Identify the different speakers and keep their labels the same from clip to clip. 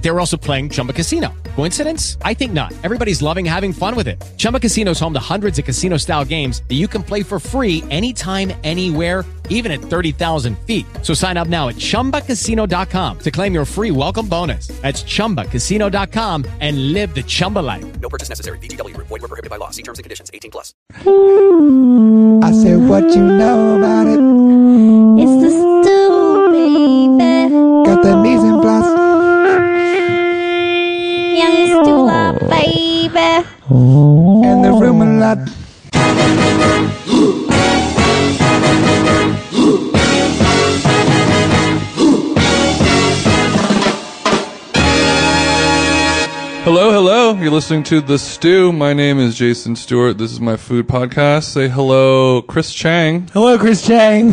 Speaker 1: They were also playing Chumba Casino. Coincidence? I think not. Everybody's loving having fun with it. Chumba Casino is home to hundreds of casino style games that you can play for free anytime, anywhere even at 30,000 feet. So sign up now at ChumbaCasino.com to claim your free welcome bonus. That's ChumbaCasino.com and live the Chumba life.
Speaker 2: No purchase necessary. VGW Group. Void were prohibited by law. See terms and conditions. 18 plus.
Speaker 3: I said, what you know about it?
Speaker 4: It's the stew, baby.
Speaker 3: Got the mise en place.
Speaker 4: Young stew, uh, baby.
Speaker 3: And the room a lot.
Speaker 5: Hello, hello. You're listening to The Stew. My name is Jason Stewart. This is my food podcast. Say hello, Chris Chang.
Speaker 3: Hello, Chris Chang.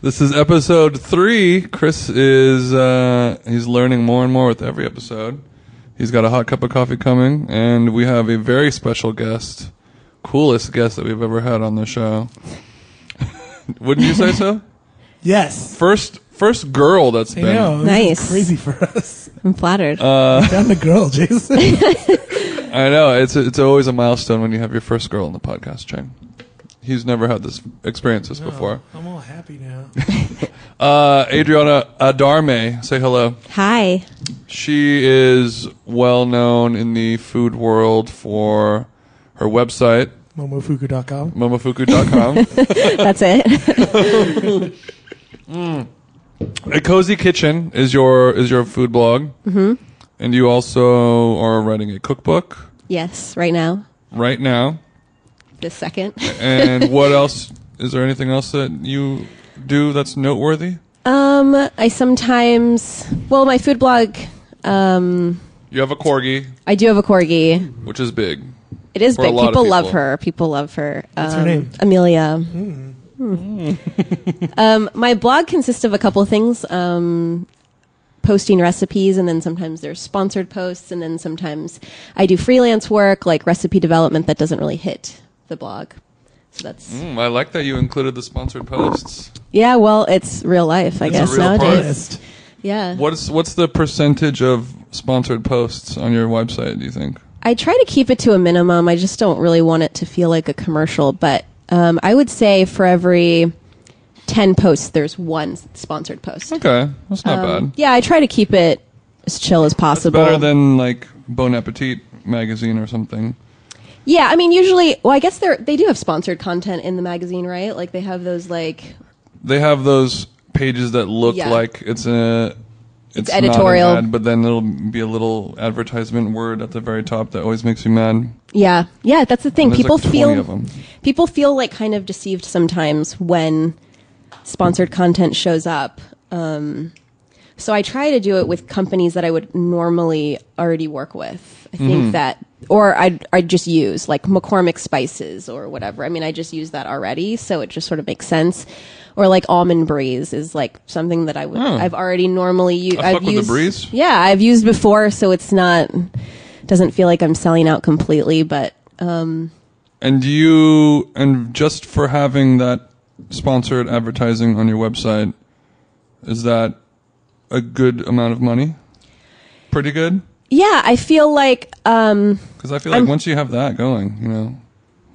Speaker 5: This is episode three. Chris is, uh, he's learning more and more with every episode. He's got a hot cup of coffee coming, and we have a very special guest. Coolest guest that we've ever had on the show. Wouldn't you say so?
Speaker 6: Yes.
Speaker 5: First, first girl that's
Speaker 6: I
Speaker 5: been.
Speaker 6: know. This
Speaker 7: Nice.
Speaker 6: is crazy for us.
Speaker 7: I'm flattered.
Speaker 5: Uh,
Speaker 6: Found a girl, Jason.
Speaker 5: I know it's it's always a milestone when you have your first girl on the podcast, Chang. He's never had this experience this before.
Speaker 6: I'm all happy now.
Speaker 5: Uh, Adriana Adarme, say hello.
Speaker 7: Hi.
Speaker 5: She is well known in the food world for her website
Speaker 6: Momofuku.com.
Speaker 5: momofuku.com,
Speaker 7: That's it.
Speaker 5: Mm. a cozy kitchen is your is your food blog, mm-hmm. and you also are writing a cookbook
Speaker 7: yes, right now.
Speaker 5: right now.
Speaker 7: This second.
Speaker 5: And what else? Is there anything else that you do that's noteworthy?
Speaker 7: Um, I sometimes, well, my food blog, um,
Speaker 5: You have a corgi,
Speaker 7: I do have a corgi.
Speaker 5: which is big.
Speaker 7: It is
Speaker 5: For a
Speaker 7: big.
Speaker 5: lot of
Speaker 7: People, love
Speaker 5: people.
Speaker 7: her. People love her. What's
Speaker 6: her name?
Speaker 7: Amelia. Hmm. um, my blog consists of a couple things. Um, posting recipes and then sometimes there's sponsored posts and then sometimes I do freelance work like recipe development that doesn't really hit the blog. So that's
Speaker 5: Mm, I like that you included the sponsored posts.
Speaker 7: Yeah, well, it's real life, I
Speaker 5: a
Speaker 7: guess
Speaker 5: real
Speaker 7: nowadays.
Speaker 5: part.
Speaker 6: Best.
Speaker 7: Yeah,
Speaker 5: What's what's the percentage of sponsored posts on your website? Do you think?
Speaker 7: I try to keep it to a minimum. I just don't really want it to feel like a commercial. But um, I would say for every ten posts, there's one sponsored post.
Speaker 5: Okay, that's not bad.
Speaker 7: Um, Yeah, I try to keep it as chill as possible.
Speaker 5: Better than like Bon Appetit magazine or something.
Speaker 7: yeah, I mean, usually, well, I guess they they do have sponsored content in the magazine, right? Like they have those like
Speaker 5: They have those pages that look
Speaker 7: Yeah.
Speaker 5: like it's a it's, not an
Speaker 7: editorial.
Speaker 5: ad, but then there'll be a little advertisement word at the very top that always makes you mad.
Speaker 7: Yeah, yeah, that's the thing.
Speaker 5: And there's,
Speaker 7: People
Speaker 5: like, 20 of
Speaker 7: feel
Speaker 5: 'em.
Speaker 7: people feel like kind of deceived sometimes when sponsored content shows up. Um, so I try to do it with companies that I would normally already work with. I think
Speaker 5: Mm-hmm.
Speaker 7: that, or I'd I'd just use like McCormick spices or whatever. I mean, I just use that already, so it just sort of makes sense. Or like almond breeze is like something that I would I've already normally used.
Speaker 5: Hmm. I fuck
Speaker 7: I've
Speaker 5: with the
Speaker 7: used
Speaker 5: Breeze.
Speaker 7: Yeah, I've used before, so it's not doesn't feel like I'm selling out completely, but
Speaker 5: And you and just for having that sponsored advertising on your website, is that a good amount of money? Pretty good,
Speaker 7: yeah, I feel like um,
Speaker 5: because I feel like once you have that going, you know,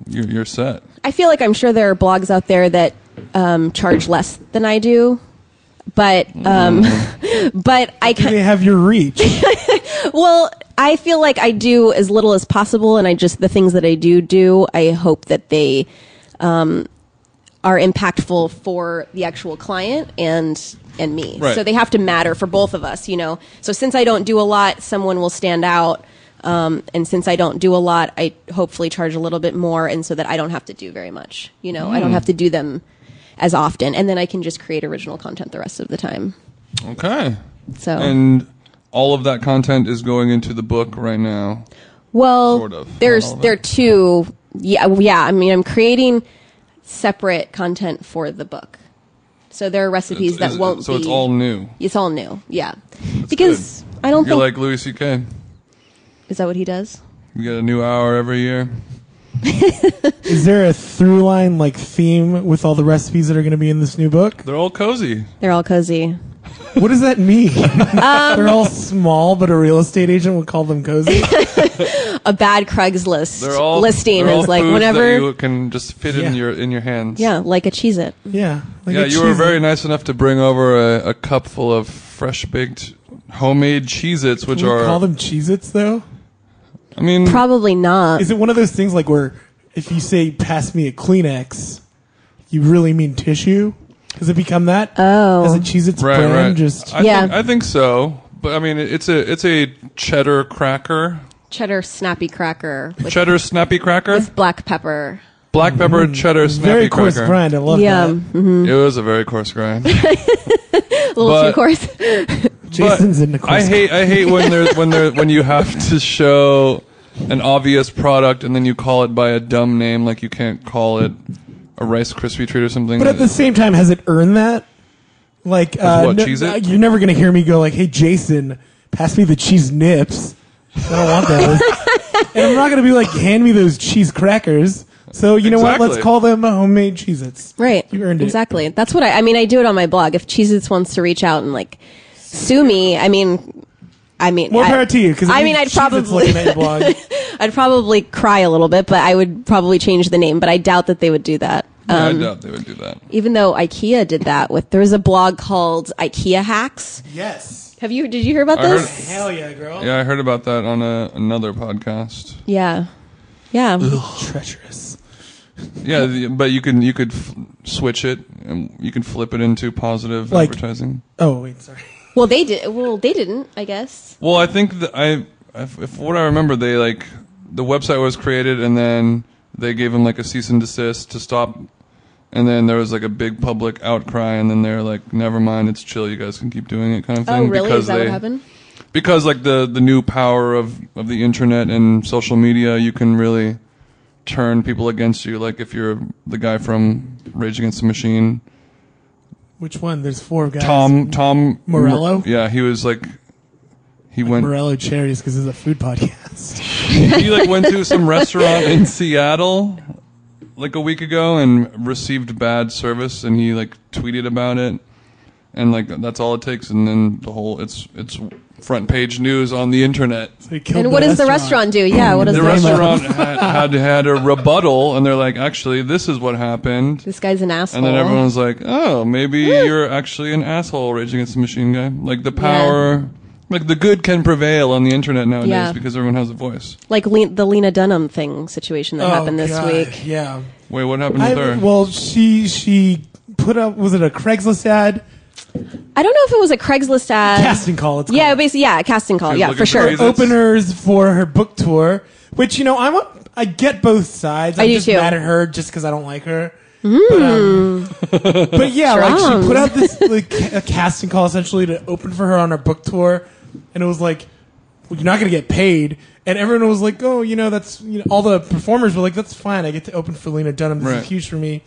Speaker 5: you're, you're set.
Speaker 7: I feel like I'm sure there are blogs out there that um, charge less than I do, but um, but I
Speaker 6: Do
Speaker 7: can
Speaker 6: they have your reach?
Speaker 7: well. I feel like I do as little as possible, and I just the things that I do do. I hope that they um, are impactful for the actual client and and me.
Speaker 5: Right.
Speaker 7: So they have to matter for both of us, you know. So since I don't do a lot, someone will stand out. Um, and since I don't do a lot, I hopefully charge a little bit more, and so that I don't have to do very much. You know, I
Speaker 5: Mm.
Speaker 7: don't have to do them as often, and then I can just create original content the rest of the time.
Speaker 5: Okay,
Speaker 7: So
Speaker 5: and all of that content is going into the book right now.
Speaker 7: Well,
Speaker 5: Sort of. Not all
Speaker 7: there's
Speaker 5: of it.
Speaker 7: there are two. Yeah, well, yeah. I mean, I'm creating separate content for the book, so there are recipes
Speaker 5: Is-
Speaker 7: that
Speaker 5: is-
Speaker 7: won't.
Speaker 5: so
Speaker 7: be,
Speaker 5: it's all new.
Speaker 7: It's all new. Yeah, because I don't
Speaker 5: You're
Speaker 7: think
Speaker 5: like Louis C.K.
Speaker 7: is that what he does.
Speaker 5: You get a new hour every year.
Speaker 6: Is there a through line like theme with all the recipes that are going to be in this new book?
Speaker 5: They're all cozy.
Speaker 7: They're all cozy.
Speaker 6: What does that mean? They're
Speaker 7: Um,
Speaker 6: all small, but a real estate agent would call them cozy.
Speaker 7: A bad Craigslist
Speaker 5: They're all
Speaker 7: listing
Speaker 5: they're all
Speaker 7: is like
Speaker 5: foods
Speaker 7: whenever.
Speaker 5: that you can just fit in
Speaker 6: Yeah.
Speaker 5: your in your hands.
Speaker 7: yeah, like a Cheez It.
Speaker 5: Mm-hmm.
Speaker 6: yeah. Like
Speaker 5: Yeah,
Speaker 6: a
Speaker 5: you were
Speaker 6: cheese-
Speaker 5: very nice enough to bring over a, a cup full of fresh baked homemade Cheez-Its, which
Speaker 6: Can we
Speaker 5: are
Speaker 6: call them Cheez-Its though?
Speaker 5: I mean
Speaker 7: Probably not.
Speaker 6: Is it one of those things like where if you say "pass me a Kleenex," you really mean tissue? Has it become that?
Speaker 7: Oh.
Speaker 6: Has it Cheez-Its
Speaker 5: right,
Speaker 6: brand
Speaker 5: right.
Speaker 6: just
Speaker 5: I
Speaker 7: Yeah.
Speaker 5: think, I think so. But I mean it's a it's a cheddar cracker.
Speaker 7: cheddar snappy cracker with,
Speaker 5: Cheddar snappy cracker?
Speaker 7: with black pepper.
Speaker 5: Black pepper cheddar snappy
Speaker 6: Mm-hmm. very
Speaker 5: cracker.
Speaker 6: coarse grind? I love
Speaker 7: Yeah,
Speaker 6: that.
Speaker 7: mhm,
Speaker 5: It was a very coarse grind.
Speaker 7: a little
Speaker 5: But-
Speaker 7: too coarse.
Speaker 6: Jason's in the course.
Speaker 5: I hate I hate when there's when there when you have to show an obvious product and then you call it by a dumb name like you can't call it a Rice Krispie treat or something.
Speaker 6: But at the same time, has it earned that? Like, uh,
Speaker 5: what,
Speaker 6: no-
Speaker 5: Cheez-It?
Speaker 6: you're never gonna hear me go like, "Hey, Jason, pass me the cheese nips." I don't want those. and I'm not gonna be like, "Hand me those cheese crackers." So you know what?
Speaker 5: Exactly.
Speaker 6: Let's call them homemade Cheez-Its.
Speaker 7: Right.
Speaker 6: You earned it.
Speaker 7: Exactly. That's what I, I mean. I do it on my blog. If Cheez Its wants to reach out and like sue me, I mean, I mean,
Speaker 6: More
Speaker 7: I,
Speaker 6: power to you. Because
Speaker 7: I mean, I'd probably,
Speaker 6: looking at your blog.
Speaker 7: I'd probably cry a little bit, but I would probably change the name. But I doubt that they would do that.
Speaker 5: Yeah, I doubt they would do that.
Speaker 7: Even though IKEA did that with, there was a blog called IKEA Hacks.
Speaker 6: yes.
Speaker 7: Have you? Did you hear about
Speaker 5: I heard-
Speaker 7: this?
Speaker 6: Hell yeah, girl.
Speaker 5: Yeah, I heard about that on a, another podcast.
Speaker 7: Yeah. Yeah.
Speaker 6: Treacherous.
Speaker 5: Yeah, the, but you can you could f- switch it and you can flip it into positive
Speaker 6: Like-
Speaker 5: advertising.
Speaker 6: Oh wait, sorry.
Speaker 7: Well, they did. Well, they didn't. I guess.
Speaker 5: Well, I think that I if, if what I remember they like the website was created and then they gave him like a cease and desist to stop and then there was like a big public outcry and then they're like never mind it's chill you guys can keep doing it kind of thing
Speaker 7: Oh, really?
Speaker 5: because
Speaker 7: Is that
Speaker 5: they
Speaker 7: what happened?
Speaker 5: because like the the new power of of the internet and social media you can really turn people against you like if you're the guy from Rage Against the Machine
Speaker 6: Which one? There's four guys.
Speaker 5: Tom Tom
Speaker 6: Morello?
Speaker 5: yeah he was like he went
Speaker 6: Morello Charities because it's a food podcast.
Speaker 5: he like went to some restaurant in Seattle like a week ago and received bad service and he like tweeted about it and like that's all it takes and then the whole it's it's front page news on the internet.
Speaker 6: They killed
Speaker 7: And what does the restaurant do? Yeah. What does
Speaker 5: The
Speaker 7: the
Speaker 5: restaurant had, had had a rebuttal and they're like actually this is what happened.
Speaker 7: This guy's an asshole.
Speaker 5: And then everyone's like, "Oh, maybe you're actually an asshole raging against the machine guy." Like the power Like the good can prevail on the internet nowadays
Speaker 7: Yeah.
Speaker 5: because everyone has a voice.
Speaker 7: like Le- the Lena Dunham thing situation that
Speaker 6: Oh,
Speaker 7: happened this
Speaker 6: God,
Speaker 7: week.
Speaker 6: Yeah.
Speaker 5: Wait, what happened
Speaker 6: I-
Speaker 5: to her?
Speaker 6: well, she she put up was it a Craigslist ad
Speaker 7: I don't know if it was a Craigslist ad.
Speaker 6: casting call? It's
Speaker 7: Uh, Yeah,
Speaker 6: called.
Speaker 7: basically, yeah, a casting call.
Speaker 5: Good
Speaker 7: Yeah,
Speaker 5: looking
Speaker 7: for sure.
Speaker 5: crazy. That's-
Speaker 6: openers for her book tour, which you know I'm a, I get both sides. I'm
Speaker 7: do
Speaker 6: just
Speaker 7: too. Mm.
Speaker 6: mad at her just because I don't like her. But, um, but yeah, like
Speaker 7: Strong.
Speaker 6: she put out this like ca- a casting call essentially to open for her on her book tour, and it was like well, you're not gonna get paid. And everyone was like, oh, you know, that's you know, all the performers were like, that's fine. I get to open for Lena Dunham. This
Speaker 5: Right.
Speaker 6: is huge for me.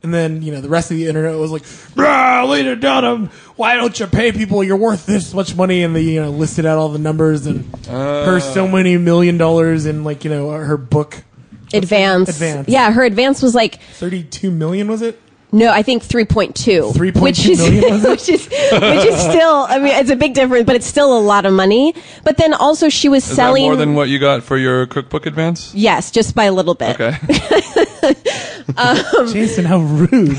Speaker 6: And then you know the rest of the internet was like, "Rah, Lena Dunham, why don't you pay people? You're worth this much money." And they you know listed out all the numbers and her so many million dollars in like you know uh, her book,
Speaker 7: Advance.
Speaker 6: Advance.
Speaker 7: Yeah, her advance was like
Speaker 6: thirty-two million was it?
Speaker 7: no, I think three point two.
Speaker 6: 3.2
Speaker 7: which is
Speaker 6: million, was it?
Speaker 7: which is which is still. I mean, it's a big difference, but it's still a lot of money. But then also, she was
Speaker 5: Is
Speaker 7: selling.
Speaker 5: that more than what you got for your cookbook advance?
Speaker 7: yes, just by a little bit.
Speaker 5: Okay.
Speaker 6: Jason, how rude!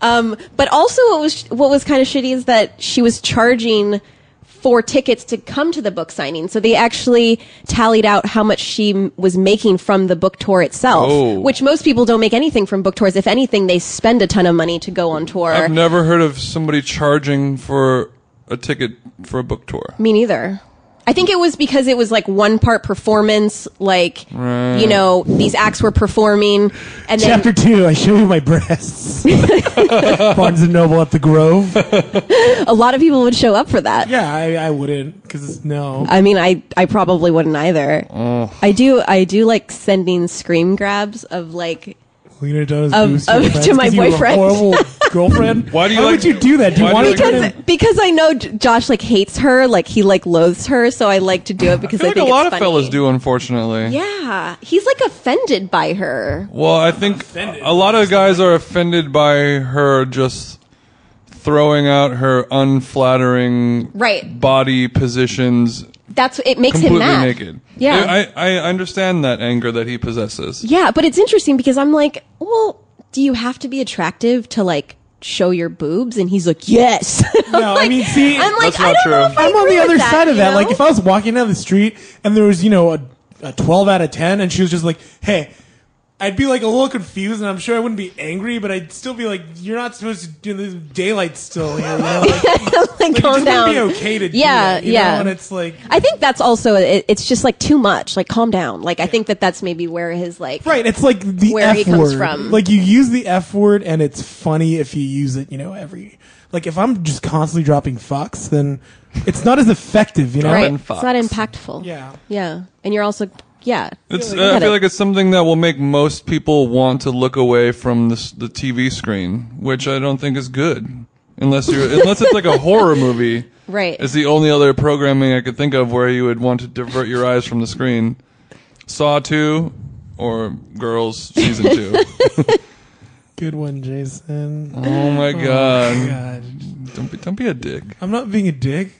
Speaker 7: But also, what was what was kind of shitty is that she was charging for tickets to come to the book signing. So they actually tallied out how much she m- was making from the book tour itself,
Speaker 5: Oh.
Speaker 7: which most people don't make anything from book tours. If anything, they spend a ton of money to go on tour.
Speaker 5: I've never heard of somebody charging for a ticket for a book tour.
Speaker 7: Me neither. I think it was because it was like one part performance, like you know these acts were performing, and then
Speaker 6: Chapter two, I show you my breasts. Barnes and Noble at the Grove.
Speaker 7: a lot of people would show up for that.
Speaker 6: Yeah, I, I wouldn't because no.
Speaker 7: I mean, I I probably wouldn't either. I do I do like sending scream grabs of like
Speaker 6: Lena
Speaker 7: Of-
Speaker 6: Dunham's boobs
Speaker 7: of-
Speaker 6: your friends
Speaker 7: to my
Speaker 6: 'cause you were a
Speaker 7: boyfriend.
Speaker 6: horrible girlfriend.
Speaker 5: Why do you
Speaker 6: Why
Speaker 5: like-
Speaker 6: would you do that? Do
Speaker 5: why
Speaker 6: you want
Speaker 5: do
Speaker 6: to
Speaker 5: you like-
Speaker 6: turn
Speaker 7: because
Speaker 6: it-
Speaker 7: because I know J- Josh like hates her, like he like loathes her, so I like to do it because I,
Speaker 5: I feel
Speaker 7: think
Speaker 5: like a lot of
Speaker 7: it's funny.
Speaker 5: fellas do, unfortunately.
Speaker 7: Yeah, he's like offended by her.
Speaker 5: Well, I think a lot of guys are offended by her just throwing out her unflattering
Speaker 7: Right.
Speaker 5: body positions
Speaker 7: That's it makes him
Speaker 5: completely
Speaker 7: mad.
Speaker 5: naked.
Speaker 7: Yeah.
Speaker 5: I, I understand that anger that he possesses.
Speaker 7: Yeah, but it's interesting because I'm like, well, do you have to be attractive to like show your boobs? And he's like, yes.
Speaker 6: No, I mean, see,
Speaker 7: I'm like,
Speaker 5: That's
Speaker 7: I
Speaker 5: not
Speaker 7: don't know
Speaker 5: true.
Speaker 7: if I
Speaker 6: I'm on
Speaker 7: agree
Speaker 6: the
Speaker 7: with
Speaker 6: other side of
Speaker 7: you
Speaker 6: that.
Speaker 7: know?
Speaker 6: Like, if I was walking down the street and there was, you know, a, a 12 out of 10, and she was just like, hey, I'd be like a little confused, and I'm sure I wouldn't be angry, but I'd still be like, you're not supposed to do this daylight still. You know? like, like,
Speaker 7: like,
Speaker 6: it
Speaker 7: calm
Speaker 6: just
Speaker 7: down.
Speaker 6: wouldn't be okay to do
Speaker 7: yeah,
Speaker 6: that, you
Speaker 7: yeah.
Speaker 6: Know? And it's like,
Speaker 7: I think that's also it, it's just like too much. Like, calm down. Like, I think that that's maybe where his like
Speaker 6: Right, it's like the
Speaker 7: Where
Speaker 6: F
Speaker 7: he comes
Speaker 6: word.
Speaker 7: from.
Speaker 6: Like you use the F word, and it's funny if you use it. You know, every like if I'm just constantly dropping fucks, then it's not as effective. You know,
Speaker 7: right.
Speaker 5: Robin
Speaker 7: It's
Speaker 5: Fox.
Speaker 7: not impactful.
Speaker 6: Yeah.
Speaker 7: yeah. And you're also yeah.
Speaker 5: It's,
Speaker 7: I
Speaker 5: uh, I
Speaker 7: get
Speaker 5: feel
Speaker 7: it.
Speaker 5: like it's something that will make most people want to look away from this, the TV screen, which I don't think is good. Unless you're, unless it's like a horror movie.
Speaker 7: Right.
Speaker 5: It's the only other programming I could think of where you would want to divert your eyes from the screen. Saw 2 or Girls Season 2.
Speaker 6: good one, Jason.
Speaker 5: oh my god.
Speaker 6: God,
Speaker 5: Don't be, don't be a dick.
Speaker 6: I'm not being a dick.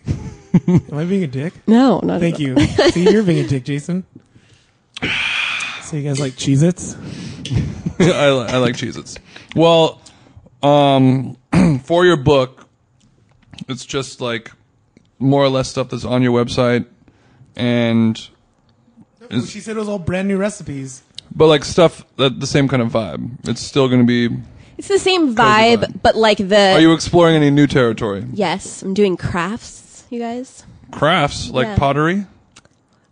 Speaker 6: Am I being a dick?
Speaker 7: no, not
Speaker 6: Thank
Speaker 7: at
Speaker 6: you. See, you're being a dick, Jason. So you guys like Cheez-Its?
Speaker 5: I, li- I like Cheez-Its. Well, um, for your book, it's just like more or less stuff that's on your website and
Speaker 6: She said it was all brand new recipes.
Speaker 5: but like stuff that the same kind of vibe. It's still going to be
Speaker 7: It's the same
Speaker 5: Cozy
Speaker 7: vibe,
Speaker 5: vibe.
Speaker 7: but like the
Speaker 5: Are you exploring any new territory?
Speaker 7: yes, I'm doing crafts, you guys.
Speaker 5: Crafts like
Speaker 7: Yeah.
Speaker 5: pottery?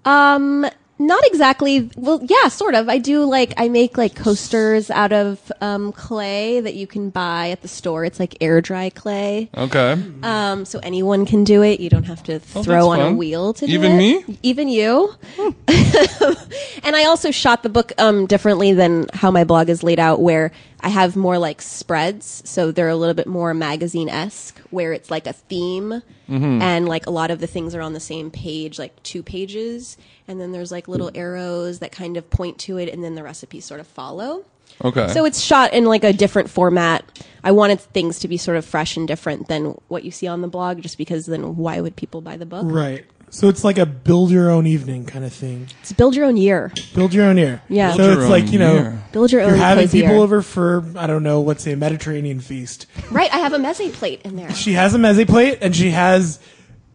Speaker 7: Um, not exactly. Well, yeah, sort of. I do like I make like coasters out of um, clay that you can buy at the store. It's like air dry clay,
Speaker 5: Okay.
Speaker 7: um, so anyone can do it. You don't have to
Speaker 5: Mm-hmm. Oh, that's
Speaker 7: throw on a
Speaker 5: fun.
Speaker 7: wheel to do
Speaker 5: Even
Speaker 7: it.
Speaker 5: me? Hmm.
Speaker 7: even you. and I also shot the book um, differently than how my blog is laid out, where I have more like spreads, so they're a little bit more magazine esque, where it's like a theme,
Speaker 5: Mm-hmm.
Speaker 7: and like a lot of the things are on the same page, like two pages, and then there's like
Speaker 5: Hmm.
Speaker 7: little arrows that kind of point to it, and then the recipes sort of follow.
Speaker 5: Okay.
Speaker 7: So it's shot in like a different format. I wanted things to be sort of fresh and different than what you see on the blog, just because then why would people buy the book?
Speaker 6: Right. So it's like a build your own evening kind of thing.
Speaker 7: It's build your own year.
Speaker 6: Build your own ear.
Speaker 7: Yeah. Build
Speaker 6: So
Speaker 5: your
Speaker 6: it's
Speaker 5: own
Speaker 6: like you know.
Speaker 5: ear.
Speaker 7: Build your
Speaker 6: You're
Speaker 7: own
Speaker 6: having
Speaker 7: cozy
Speaker 6: people
Speaker 7: year.
Speaker 6: over for I don't know, let's say a Mediterranean feast.
Speaker 7: Right, I have a meze plate in there.
Speaker 6: She has a meze plate and she has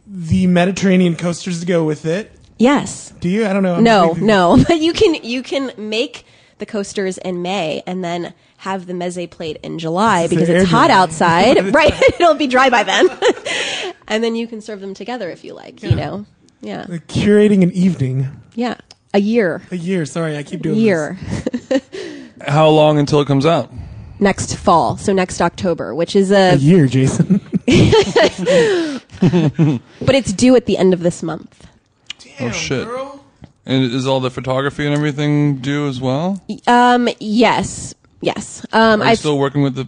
Speaker 6: the Mediterranean coasters to go with it.
Speaker 7: Yes.
Speaker 6: Do you? I don't know. I'm
Speaker 7: No,
Speaker 6: thinking-
Speaker 7: no. But you can you can make the coasters in May and then have the meze plate in July because
Speaker 6: air
Speaker 7: it's hot
Speaker 6: dry.
Speaker 7: outside. right. It'll be dry by then. and then you can serve them together if you like, you know. Yeah.
Speaker 6: Curating an evening.
Speaker 7: Yeah. A year.
Speaker 6: A year. Sorry, I keep doing
Speaker 7: Year.
Speaker 5: How long until it comes out?
Speaker 7: Next fall. So next October, which is a,
Speaker 6: this. A year, Jason.
Speaker 5: Oh,
Speaker 7: but it's due at the end of this month.
Speaker 5: oh shit. And is all the photography and everything due as well?
Speaker 7: Um yes. Yes. Um
Speaker 5: Are you
Speaker 7: I've
Speaker 5: still working with the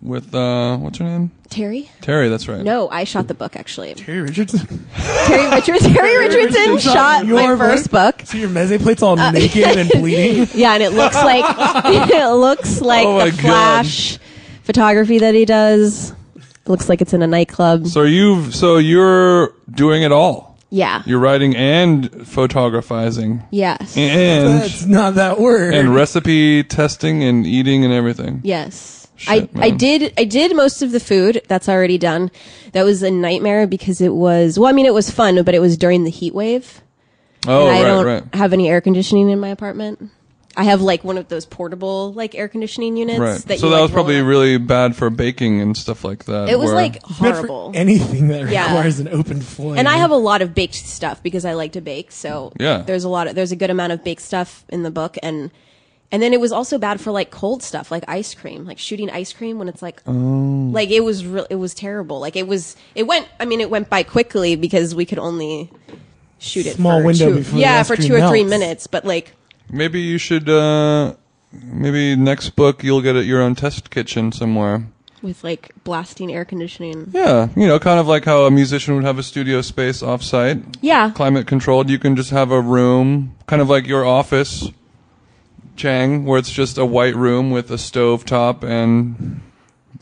Speaker 5: with uh what's her name?
Speaker 7: Terry?
Speaker 5: Terry, that's right.
Speaker 7: No, I shot the book actually.
Speaker 6: Terry Richardson.
Speaker 7: Terry Richardson, Terry Richardson shot my
Speaker 6: your
Speaker 7: first book. Uh,
Speaker 6: So your meze plate's all naked and bleeding.
Speaker 7: Yeah, and it looks like it looks like
Speaker 5: Oh my
Speaker 7: the
Speaker 5: God.
Speaker 7: flash photography that he does. It looks like it's in a nightclub.
Speaker 5: So you've so you're doing it all.
Speaker 7: yeah.
Speaker 5: You're Eh. writing and photographizing.
Speaker 7: Yes.
Speaker 5: And
Speaker 6: That's not that word.
Speaker 5: and recipe testing and eating and everything.
Speaker 7: Yes.
Speaker 5: Shit,
Speaker 7: I, I
Speaker 5: man.
Speaker 7: did I did most of the food. That's already done. That was a nightmare because it was well, I mean it was fun, but it was during the heat wave.
Speaker 5: Oh,
Speaker 7: and I
Speaker 5: right,
Speaker 7: don't
Speaker 5: right.
Speaker 7: have any air conditioning in my apartment. I have like one of those portable like air conditioning units
Speaker 5: Right.
Speaker 7: that
Speaker 5: so
Speaker 7: you
Speaker 5: that
Speaker 7: like,
Speaker 5: was probably
Speaker 7: roll up.
Speaker 5: really bad for baking and stuff like that.
Speaker 7: It was
Speaker 5: where-
Speaker 7: like
Speaker 6: Good for
Speaker 7: horrible.
Speaker 6: Anything that
Speaker 7: Yeah.
Speaker 6: requires an open flame.
Speaker 7: And I have a lot of baked stuff because I like to bake. So
Speaker 5: Yeah.
Speaker 7: there's a lot of there's a good amount of baked stuff in the book and and then it was also bad for like cold stuff like ice cream, like shooting ice cream when it's like
Speaker 5: Oh.
Speaker 7: like it was real it was terrible. Like it was it went I mean it went by quickly because we could only shoot it
Speaker 6: Small
Speaker 7: for
Speaker 6: window
Speaker 7: two,
Speaker 6: before the
Speaker 7: yeah
Speaker 6: ice
Speaker 7: for
Speaker 6: cream
Speaker 7: two or three
Speaker 6: melts.
Speaker 7: minutes, but like
Speaker 5: maybe you should uh maybe next book you'll get at your own test kitchen somewhere.
Speaker 7: with like blasting air conditioning.
Speaker 5: Yeah, you know, kind of like how a musician would have a studio space offsite,
Speaker 7: Yeah.
Speaker 5: climate controlled. You can just have a room, kind of like your office, Chang, where it's just a white room with a stove top and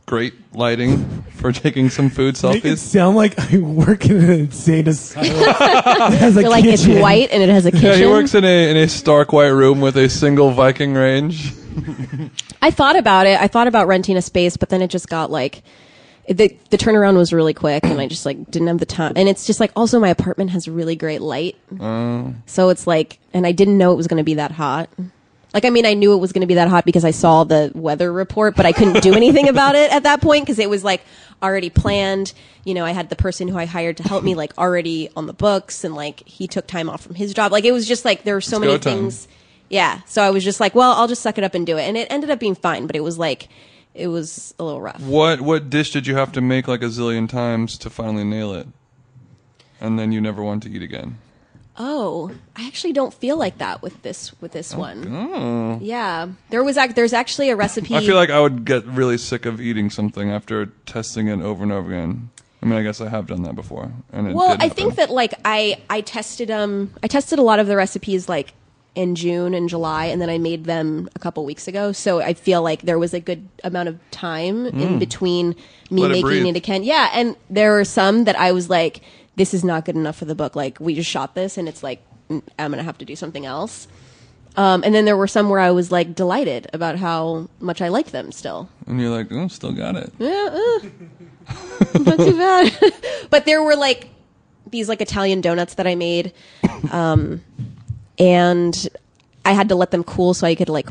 Speaker 5: great lighting for taking some food
Speaker 6: Make it
Speaker 5: selfies.
Speaker 6: sound like I work in an insane asylum. It has a
Speaker 7: You're like it's
Speaker 6: kitchen.
Speaker 7: white and it has a kitchen.
Speaker 5: Yeah, he works in a in a stark white room with a single Viking range.
Speaker 7: I thought about it. I thought about renting a space, but then it just got like the the turnaround was really quick, and I just like didn't have the time. And it's just like also my apartment has really great light,
Speaker 5: Mm.
Speaker 7: so it's like, and I didn't know it was going to be that hot. Like I mean, I knew it was going to be that hot because I saw the weather report, but I couldn't do anything about it at that point because it was like already planned. You know, I had the person who I hired to help me like already on the books, and like he took time off from his job. Like it was just like there were so
Speaker 5: It's
Speaker 7: many
Speaker 5: go time.
Speaker 7: things. Yeah. So I was just like, well, I'll just suck it up and do it. And it ended up being fine, but it was like, it was a little rough.
Speaker 5: What what dish did you have to make like a zillion times to finally nail it, and then you never want to eat again?
Speaker 7: Oh, I actually don't feel like that with this with
Speaker 5: Oh,
Speaker 7: this one. Yeah. There was ac- there's actually a recipe.
Speaker 5: I feel like I would get really sick of eating something after testing it over and over again. I mean, I guess I have done that before, and it
Speaker 7: Well,
Speaker 5: did
Speaker 7: I
Speaker 5: happen.
Speaker 7: think that like I I tested um I tested a lot of the recipes like in June and July and then I made them a couple weeks ago. So I feel like there was a good amount of time in between me
Speaker 5: Mm. Let it
Speaker 7: making
Speaker 5: breathe.
Speaker 7: it again. Yeah, and there were some that I was like this is not good enough for the book. Like we just shot this and it's like mm, I'm going to have to do something else. Um, and then there were some where I was like delighted about how much I liked them still.
Speaker 5: and you're like, oh, still got it.
Speaker 7: not too bad. but there were like these like Italian donuts that I made, um, and I had to let them cool so I could like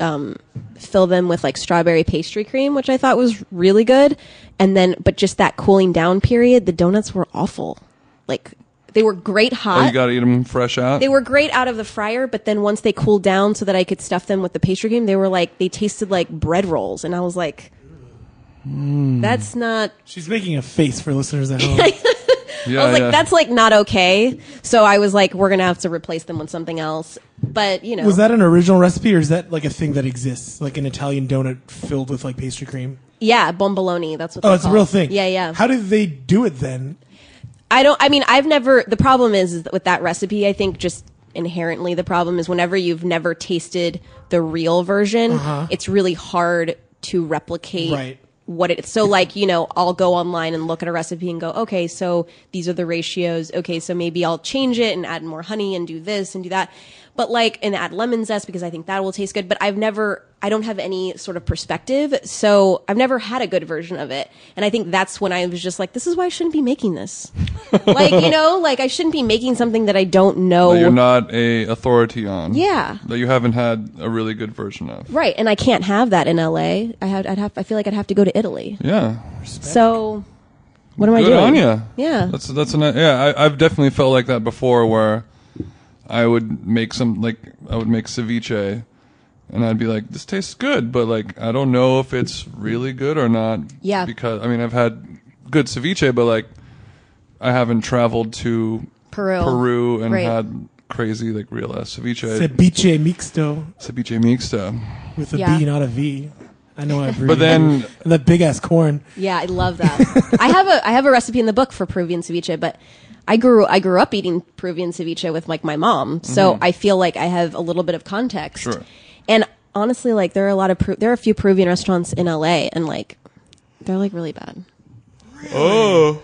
Speaker 7: um, fill them with like strawberry pastry cream, which I thought was really good. And then, but just that cooling down period, the donuts were awful. Like they were great hot.
Speaker 5: Oh, you got to eat them fresh out.
Speaker 7: They were great out of the fryer, but then once they cooled down so that I could stuff them with the pastry cream, they were like they tasted like bread rolls, and I was like, "That's not."
Speaker 6: She's making a face for listeners at home.
Speaker 5: yeah,
Speaker 6: Oh,
Speaker 7: I was like,
Speaker 5: yeah.
Speaker 7: "That's like not okay." So I was like, "We're gonna have to replace them with something else." But you know,
Speaker 6: Was that an original recipe, or is that like a thing that exists, like an Italian donut filled with like pastry cream?
Speaker 7: yeah, bomboloni. That's what.
Speaker 6: Oh,
Speaker 7: they're
Speaker 6: it's a
Speaker 7: called.
Speaker 6: real thing.
Speaker 7: Yeah, yeah.
Speaker 6: How did they do it then?
Speaker 7: I don't. I mean, I've never. The problem is, is that with that recipe. I think just inherently the problem is whenever you've never tasted the real version, it's really hard to replicate
Speaker 6: Right.
Speaker 7: what it. So, like you know, I'll go online and look at a recipe and go, okay, so these are the ratios. Okay, so maybe I'll change it and add more honey and do this and do that. But like, and add lemon zest because I think that will taste good. But I've never, I don't have any sort of perspective. So I've never had a good version of it. And I think that's when I was just like, this is why I shouldn't be making this like you know like i shouldn't be making something that i don't know
Speaker 5: that you're not a authority on.
Speaker 7: Yeah.
Speaker 5: That you haven't had a really good version of.
Speaker 7: right and i can't have that in la i had i'd have i feel like i'd have to go to italy
Speaker 5: Yeah.
Speaker 7: so what am i
Speaker 5: Good
Speaker 7: doing
Speaker 5: on you.
Speaker 7: yeah
Speaker 5: That's that's an yeah. I, I've definitely felt like that before, where I would make some like I would make ceviche, and I'd be like, "This tastes good," but like I don't know if it's really good or not.
Speaker 7: Yeah.
Speaker 5: Because I mean, I've had good ceviche, but like I haven't traveled to
Speaker 7: Peru.
Speaker 5: Peru and
Speaker 7: Right.
Speaker 5: had crazy like real ass ceviche,
Speaker 6: Ceviche mixto
Speaker 5: ceviche mixta.
Speaker 6: with a B,
Speaker 7: Yeah.
Speaker 6: not a V. I know I agree.
Speaker 5: But then
Speaker 6: and that big ass corn.
Speaker 7: yeah i love that i have a i have a recipe in the book for peruvian ceviche but I grew I grew up eating Peruvian ceviche with like my mom, so I feel like I have a little bit of context.
Speaker 5: Mm-hmm. Sure.
Speaker 7: And honestly, like there are a lot of Peru- there are a few Peruvian restaurants in LA, and like they're like really bad.
Speaker 5: oh,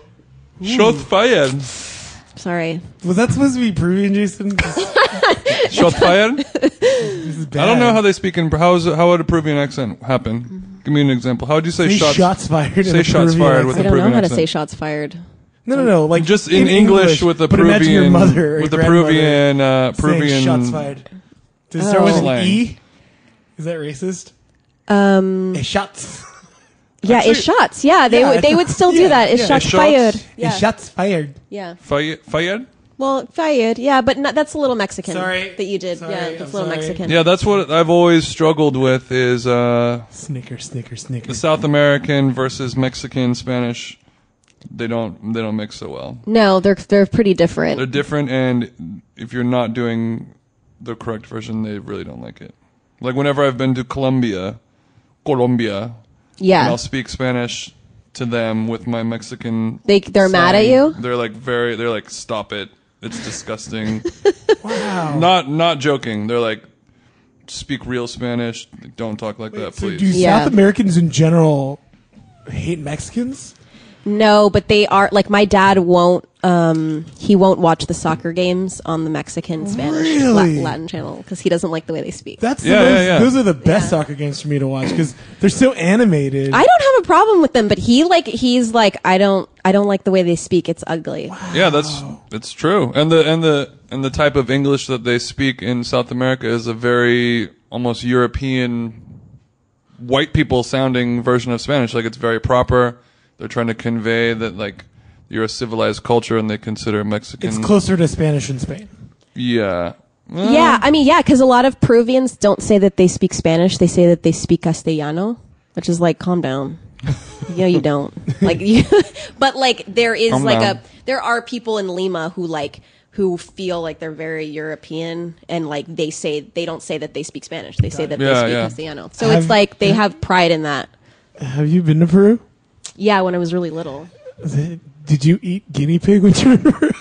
Speaker 5: shot fire,
Speaker 7: Sorry,
Speaker 6: Was that supposed to be Peruvian, Jason? This is
Speaker 5: shot fire. I don't
Speaker 6: bad.
Speaker 5: know how they speak in. How's how would a Peruvian accent happen? Give me an example. How would you say,
Speaker 6: Say
Speaker 5: shots?
Speaker 6: Mm-hmm. shots, fired. in
Speaker 5: say
Speaker 6: a
Speaker 5: shots
Speaker 6: Peruvian
Speaker 5: fired with
Speaker 7: I don't
Speaker 6: accent.
Speaker 7: know
Speaker 5: Peruvian
Speaker 7: how to
Speaker 5: accent.
Speaker 7: say shots fired.
Speaker 6: no, no, no. Like
Speaker 5: Just in, English, with a
Speaker 6: but
Speaker 5: Peruvian,
Speaker 6: imagine your mother or
Speaker 5: with a
Speaker 6: your grandmother
Speaker 5: Peruvian, uh,
Speaker 6: saying
Speaker 5: Peruvian.
Speaker 6: shots fired. Does it start with an
Speaker 5: Slang.
Speaker 6: E? Is that racist? Um, shots.
Speaker 7: Yeah, it's shots. Yeah, they
Speaker 6: Yeah, I
Speaker 7: would they
Speaker 6: know.
Speaker 7: would still
Speaker 6: Yeah,
Speaker 7: do that. It's
Speaker 6: yeah.
Speaker 7: shots
Speaker 5: It's shots.
Speaker 7: fired. Yeah.
Speaker 6: It's shots fired.
Speaker 7: yeah.
Speaker 5: Fire, fire?
Speaker 7: Well, fired. Yeah, but not, that's a little Mexican
Speaker 6: Sorry.
Speaker 7: that you did.
Speaker 6: Sorry,
Speaker 7: yeah,
Speaker 6: I'm
Speaker 7: that's a little
Speaker 6: sorry.
Speaker 7: Mexican.
Speaker 5: Yeah, that's what I've always struggled with is uh,
Speaker 6: Snicker, snicker, snicker.
Speaker 5: the South American versus Mexican Spanish. They don't they don't mix so well.
Speaker 7: No, they're they're pretty different.
Speaker 6: Mm-hmm.
Speaker 5: They're different, and if you're not doing the correct version, they really don't like it. Like whenever I've been to Colombia, Colombia, and
Speaker 7: Yeah.
Speaker 5: I'll speak Spanish to them with my Mexican.
Speaker 7: They, they're mad at
Speaker 5: sign,
Speaker 7: you?
Speaker 5: They're like very. They're like, stop it. It's disgusting.
Speaker 6: Wow.
Speaker 5: not not joking. They're like, speak real Spanish. Like, don't talk like that,
Speaker 6: so
Speaker 5: please.
Speaker 6: do
Speaker 7: Yeah.
Speaker 6: South Americans in general hate Mexicans?
Speaker 7: No, but they are like my dad won't. Um, he won't watch the soccer games on the Mexican Spanish La-
Speaker 6: Really?
Speaker 7: Latin channel because he doesn't like the way they speak.
Speaker 6: That's
Speaker 5: Yeah,
Speaker 6: the most,
Speaker 5: yeah, yeah.
Speaker 6: those are the best soccer games for me to watch because they're so animated.
Speaker 7: I don't have a problem with them, but he like he's like I don't I don't like the way they speak. It's ugly.
Speaker 5: Yeah, that's it's true. And the and the and the type of English that they speak in South America is a very almost European white people sounding version of Spanish. Like it's very proper. They're trying to convey that like you're a civilized culture and they consider Mexican
Speaker 6: it's closer to Spanish in Spain.
Speaker 5: Yeah. Well,
Speaker 7: Yeah, I mean yeah, because a lot of Peruvians don't say that they speak Spanish. They say that they speak Castellano, which is like calm down. yeah, you don't like you, but like there is
Speaker 5: Calm
Speaker 7: like
Speaker 5: down.
Speaker 7: a there are people in Lima who like who feel like they're very European and like they say they don't say that they speak Spanish. They say that they
Speaker 5: Yeah,
Speaker 7: speak
Speaker 5: yeah.
Speaker 7: Castellano. So
Speaker 6: Have-
Speaker 7: it's like they have pride in that.
Speaker 6: Have you been to Peru?
Speaker 7: Yeah, when I was really little.
Speaker 6: Did you eat guinea pig when you were in Peru?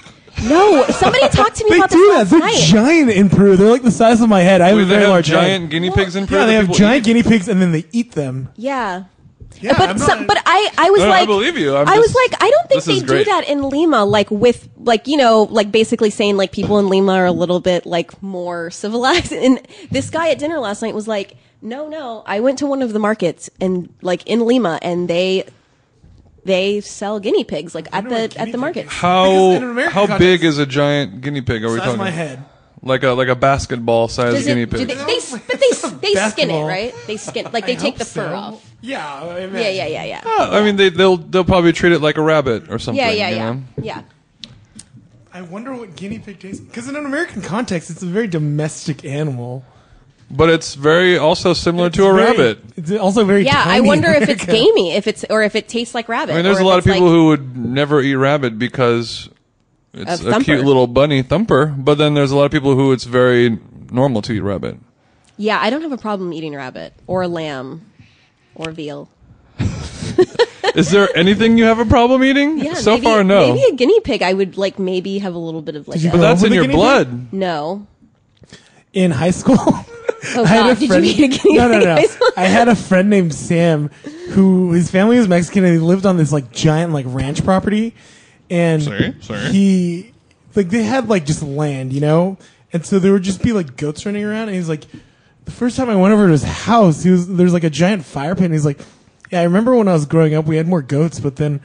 Speaker 7: No, Oh, somebody talked to me
Speaker 6: They
Speaker 7: about
Speaker 6: do that.
Speaker 7: this
Speaker 6: They're
Speaker 7: last night.
Speaker 6: giant in Peru. They're like the size of my head. I have
Speaker 5: Wait,
Speaker 6: a
Speaker 5: they
Speaker 6: very
Speaker 5: have
Speaker 6: large
Speaker 5: giant
Speaker 6: head.
Speaker 5: guinea pigs in Peru.
Speaker 6: Yeah, they
Speaker 5: that
Speaker 6: have
Speaker 5: people
Speaker 6: giant
Speaker 5: eat?
Speaker 6: guinea pigs and then they eat them.
Speaker 7: yeah.
Speaker 6: Yeah,
Speaker 7: but some, but I, I was
Speaker 5: No, no, I
Speaker 7: like,
Speaker 5: believe you. I'm
Speaker 7: I was
Speaker 5: just-
Speaker 7: like, I don't think
Speaker 5: this
Speaker 7: they
Speaker 5: is
Speaker 7: do
Speaker 5: great.
Speaker 7: that in Lima, like with, like you know, like basically saying like people in Lima are a little bit like more civilized. And this guy at dinner last night was like, no, no, I went to one of the markets and like in Lima, and they they sell guinea pigs like at the at the market.
Speaker 6: Because in an
Speaker 5: How
Speaker 6: American
Speaker 5: how
Speaker 6: context-
Speaker 5: big is a giant guinea pig? Are we
Speaker 6: Size
Speaker 5: talking
Speaker 6: of my head.
Speaker 5: like a like a basketball sized
Speaker 7: Does
Speaker 5: guinea
Speaker 7: it, do
Speaker 5: pig?
Speaker 7: they, they, s- but they, they skin it,
Speaker 6: Basketball.
Speaker 7: right? They skin like they take the fur off.
Speaker 6: Yeah, I
Speaker 7: Yeah,
Speaker 6: imagine.
Speaker 7: yeah, yeah, yeah.
Speaker 5: I mean, they, they'll they'll probably treat it like a rabbit or something.
Speaker 7: Yeah, yeah,
Speaker 5: you
Speaker 7: yeah.
Speaker 5: know?
Speaker 7: Yeah.
Speaker 6: I wonder what guinea pig tastes because in an American context, it's a very domestic animal.
Speaker 5: But it's very also similar
Speaker 6: It's
Speaker 5: to a
Speaker 6: very-
Speaker 5: rabbit.
Speaker 6: It's also very.
Speaker 7: Yeah, I
Speaker 6: tiny in
Speaker 7: wonder if it's
Speaker 6: America.
Speaker 7: gamey, if it's or if it tastes like rabbit.
Speaker 5: I mean, there's
Speaker 7: or
Speaker 5: a
Speaker 7: if
Speaker 5: lot of
Speaker 7: it's
Speaker 5: people
Speaker 7: like-
Speaker 5: who would never eat rabbit because it's
Speaker 7: Of
Speaker 5: a cute
Speaker 7: Thumper.
Speaker 5: little bunny thumper. But then there's a lot of people who it's very normal to eat rabbit.
Speaker 7: Yeah, I don't have a problem eating rabbit or lamb or veal.
Speaker 5: Is there anything you have a problem eating?
Speaker 7: Yeah,
Speaker 5: so
Speaker 7: maybe,
Speaker 5: far, no.
Speaker 7: Maybe a guinea pig. I would like maybe have a little bit of like.
Speaker 6: you
Speaker 7: a-
Speaker 5: but
Speaker 6: grow up
Speaker 5: that's
Speaker 6: with
Speaker 5: in
Speaker 6: a
Speaker 5: your
Speaker 6: guinea pig?
Speaker 5: blood.
Speaker 7: no.
Speaker 6: in high school. Oh
Speaker 7: God, did you meet a guinea
Speaker 6: No, no,
Speaker 7: pig in
Speaker 6: no.
Speaker 7: high school?
Speaker 6: I had a friend named Sam who his family was Mexican and he lived on this like giant like ranch property, and
Speaker 5: Sorry, sorry.
Speaker 6: he like they had like just land, you know, and so there would just be like goats running around, and he's like, the first time I went over to his house, he was there's like a giant fire pit, and he's like, yeah, I remember when I was growing up, we had more goats, but then.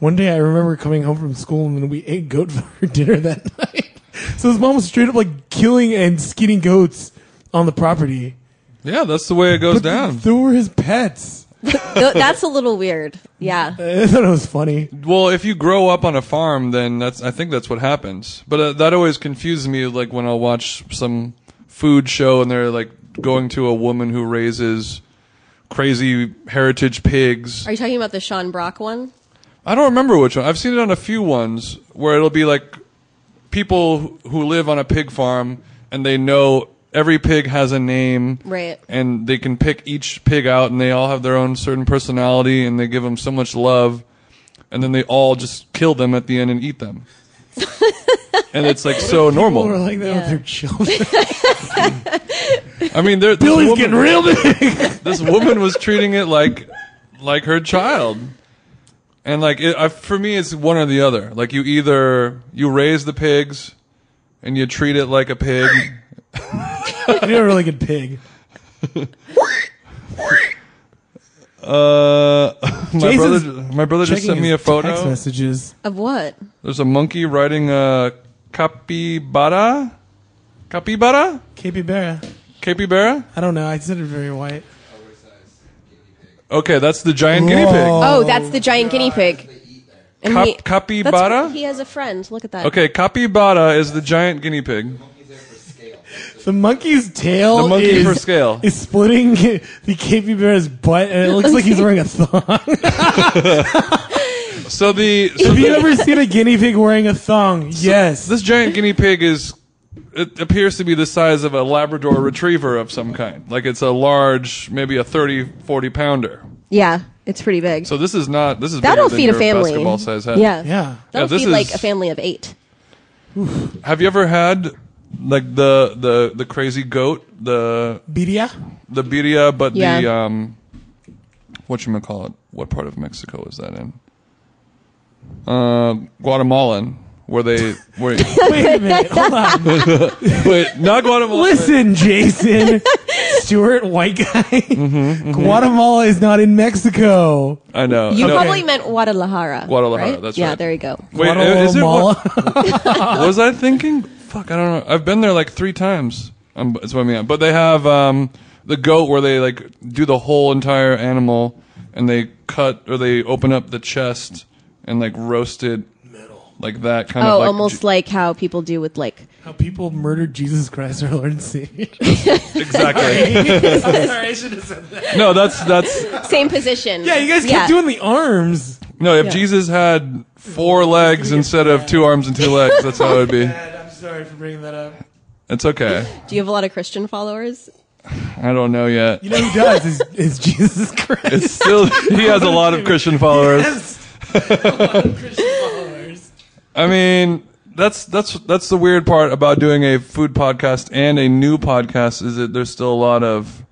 Speaker 6: One day I remember coming home from school and then we ate goat for dinner that night. So his mom was straight up like killing and skinning goats on the property.
Speaker 5: Yeah, that's the way it goes
Speaker 6: But
Speaker 5: down.
Speaker 6: They were his pets.
Speaker 7: Th- that's a little weird. Yeah.
Speaker 6: I thought it was funny.
Speaker 5: Well, if you grow up on a farm, then that's I think that's what happens. But uh, that always confuses me, like when I'll watch some food show and they're like going to a woman who raises crazy heritage pigs.
Speaker 7: Are you talking about the Sean Brock one?
Speaker 5: I don't remember which one. I've seen it on a few ones where it'll be like people who live on a pig farm and they know every pig has a name.
Speaker 7: Right.
Speaker 5: And they can pick each pig out and they all have their own certain personality and they give them so much love. And then they all just kill them at the end and eat them. and it's like so
Speaker 6: People were
Speaker 5: normal.
Speaker 6: like that with their children.
Speaker 5: I mean, there- this
Speaker 6: Billy's
Speaker 5: woman-
Speaker 6: getting real big.
Speaker 5: this woman was treating it like like her child and like it, I, for me it's one or the other like you either you raise the pigs and you treat it like a pig
Speaker 6: You're a really good pig.
Speaker 5: uh my
Speaker 6: Jason's
Speaker 5: brother my brother just
Speaker 6: Checking
Speaker 5: sent me
Speaker 6: his
Speaker 5: a
Speaker 6: Text
Speaker 5: photo
Speaker 6: messages.
Speaker 7: Of what?
Speaker 5: there's a monkey riding a capybara capybara
Speaker 6: Capybara.
Speaker 5: capybara
Speaker 6: I don't know. I said it very white.
Speaker 5: okay that's the giant guinea pig
Speaker 7: Oh, that's the giant guinea pig. And
Speaker 5: Cap-
Speaker 7: he- that's
Speaker 5: capybara?
Speaker 7: what- He has a friend. Look at that.
Speaker 5: okay capybara is the giant guinea pig
Speaker 6: The monkey's tail
Speaker 5: The monkey
Speaker 6: Oh, is,
Speaker 5: for scale.
Speaker 6: is splitting the capybara's butt, and it looks like he's wearing a thong.
Speaker 5: so the so
Speaker 6: Have you ever seen a guinea pig wearing a thong? yes.
Speaker 5: This giant guinea pig is it appears to be the size of a Labrador retriever of some kind. Like it's a large, maybe a 30, 40 pounder.
Speaker 7: Yeah, it's pretty big.
Speaker 5: So this is not. This is
Speaker 7: That'll
Speaker 5: bigger than
Speaker 7: feed a
Speaker 5: your
Speaker 7: family.
Speaker 5: Basketball size head.
Speaker 7: Yeah.
Speaker 6: Yeah.
Speaker 5: Yeah,
Speaker 7: That'll
Speaker 5: this
Speaker 7: feed like
Speaker 5: is-
Speaker 7: a family of eight.
Speaker 5: Have you ever had like the the the crazy goat, the
Speaker 6: Bedia?
Speaker 5: the birria, but the
Speaker 7: Yeah.
Speaker 5: um, what you call it? What part of Mexico is that in? Uh, Guatemalan, where they where
Speaker 6: Wait a minute. Hold on.
Speaker 5: wait, not Guatemala.
Speaker 6: Listen, Jason. Stuart, white guy.
Speaker 5: Mm-hmm,
Speaker 6: Guatemala is not in Mexico.
Speaker 5: I know.
Speaker 7: You
Speaker 5: No,
Speaker 7: probably meant Guadalajara.
Speaker 5: Guadalajara, that's
Speaker 7: Yeah,
Speaker 5: right.
Speaker 7: there you go.
Speaker 5: wait, is it what,
Speaker 6: Guatemala.
Speaker 5: was I thinking? Fuck, I don't know. I've been there like three times. Um, that's what I mean. But they have um, the goat where they like do the whole entire animal and they cut or they open up the chest and like roast it like that kind
Speaker 7: Oh,
Speaker 5: of like,
Speaker 7: almost like how people do with like
Speaker 6: How people murdered Jesus Christ our Lord and Savior.
Speaker 5: exactly.
Speaker 6: Sorry, I should have said that.
Speaker 5: no, that's that's
Speaker 7: same position.
Speaker 6: Yeah, you guys keep doing the arms.
Speaker 5: no. If Jesus had four legs instead of two arms and two legs, that's how it would be.
Speaker 6: Dad, I'm sorry for bringing that up.
Speaker 5: It's okay.
Speaker 7: Do you have a lot of Christian followers?
Speaker 5: I don't know yet.
Speaker 6: You know who does is, is Jesus Christ.
Speaker 5: It's still he has a lot of Christian followers. I mean, that's that's that's the weird part about doing a food podcast and a new podcast is that there's still a lot of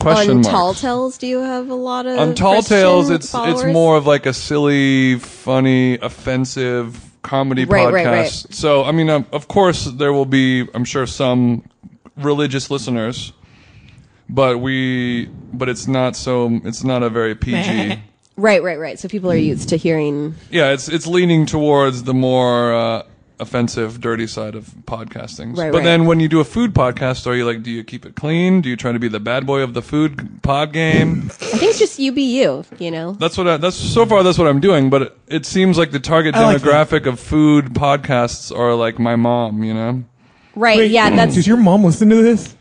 Speaker 5: question
Speaker 7: On Tall
Speaker 5: marks.
Speaker 7: Tales, do you have a lot of
Speaker 5: On Tall
Speaker 7: Christian
Speaker 5: Tales, it's
Speaker 7: followers?
Speaker 5: it's more of like a silly, funny, offensive comedy
Speaker 7: Right,
Speaker 5: podcast.
Speaker 7: right, right.
Speaker 5: So, I mean, um, of course, there will be, I'm sure, some religious listeners, but we, but it's not so, it's not a very PG.
Speaker 7: right, right, right. So people are used to hearing.
Speaker 5: Yeah, it's it's leaning towards the more uh, offensive, dirty side of podcasting.
Speaker 7: Right,
Speaker 5: but
Speaker 7: right.
Speaker 5: then when you do a food podcast, are you like, do you keep it clean? Do you try to be the bad boy of the food pod game?
Speaker 7: I think it's just you be you. You know,
Speaker 5: that's what I, that's so far. That's what I'm doing. But it, it seems like the target
Speaker 6: I like
Speaker 5: demographic of food podcasts are like my mom. You know,
Speaker 7: right? yeah, that's
Speaker 6: Does your mom listen to this?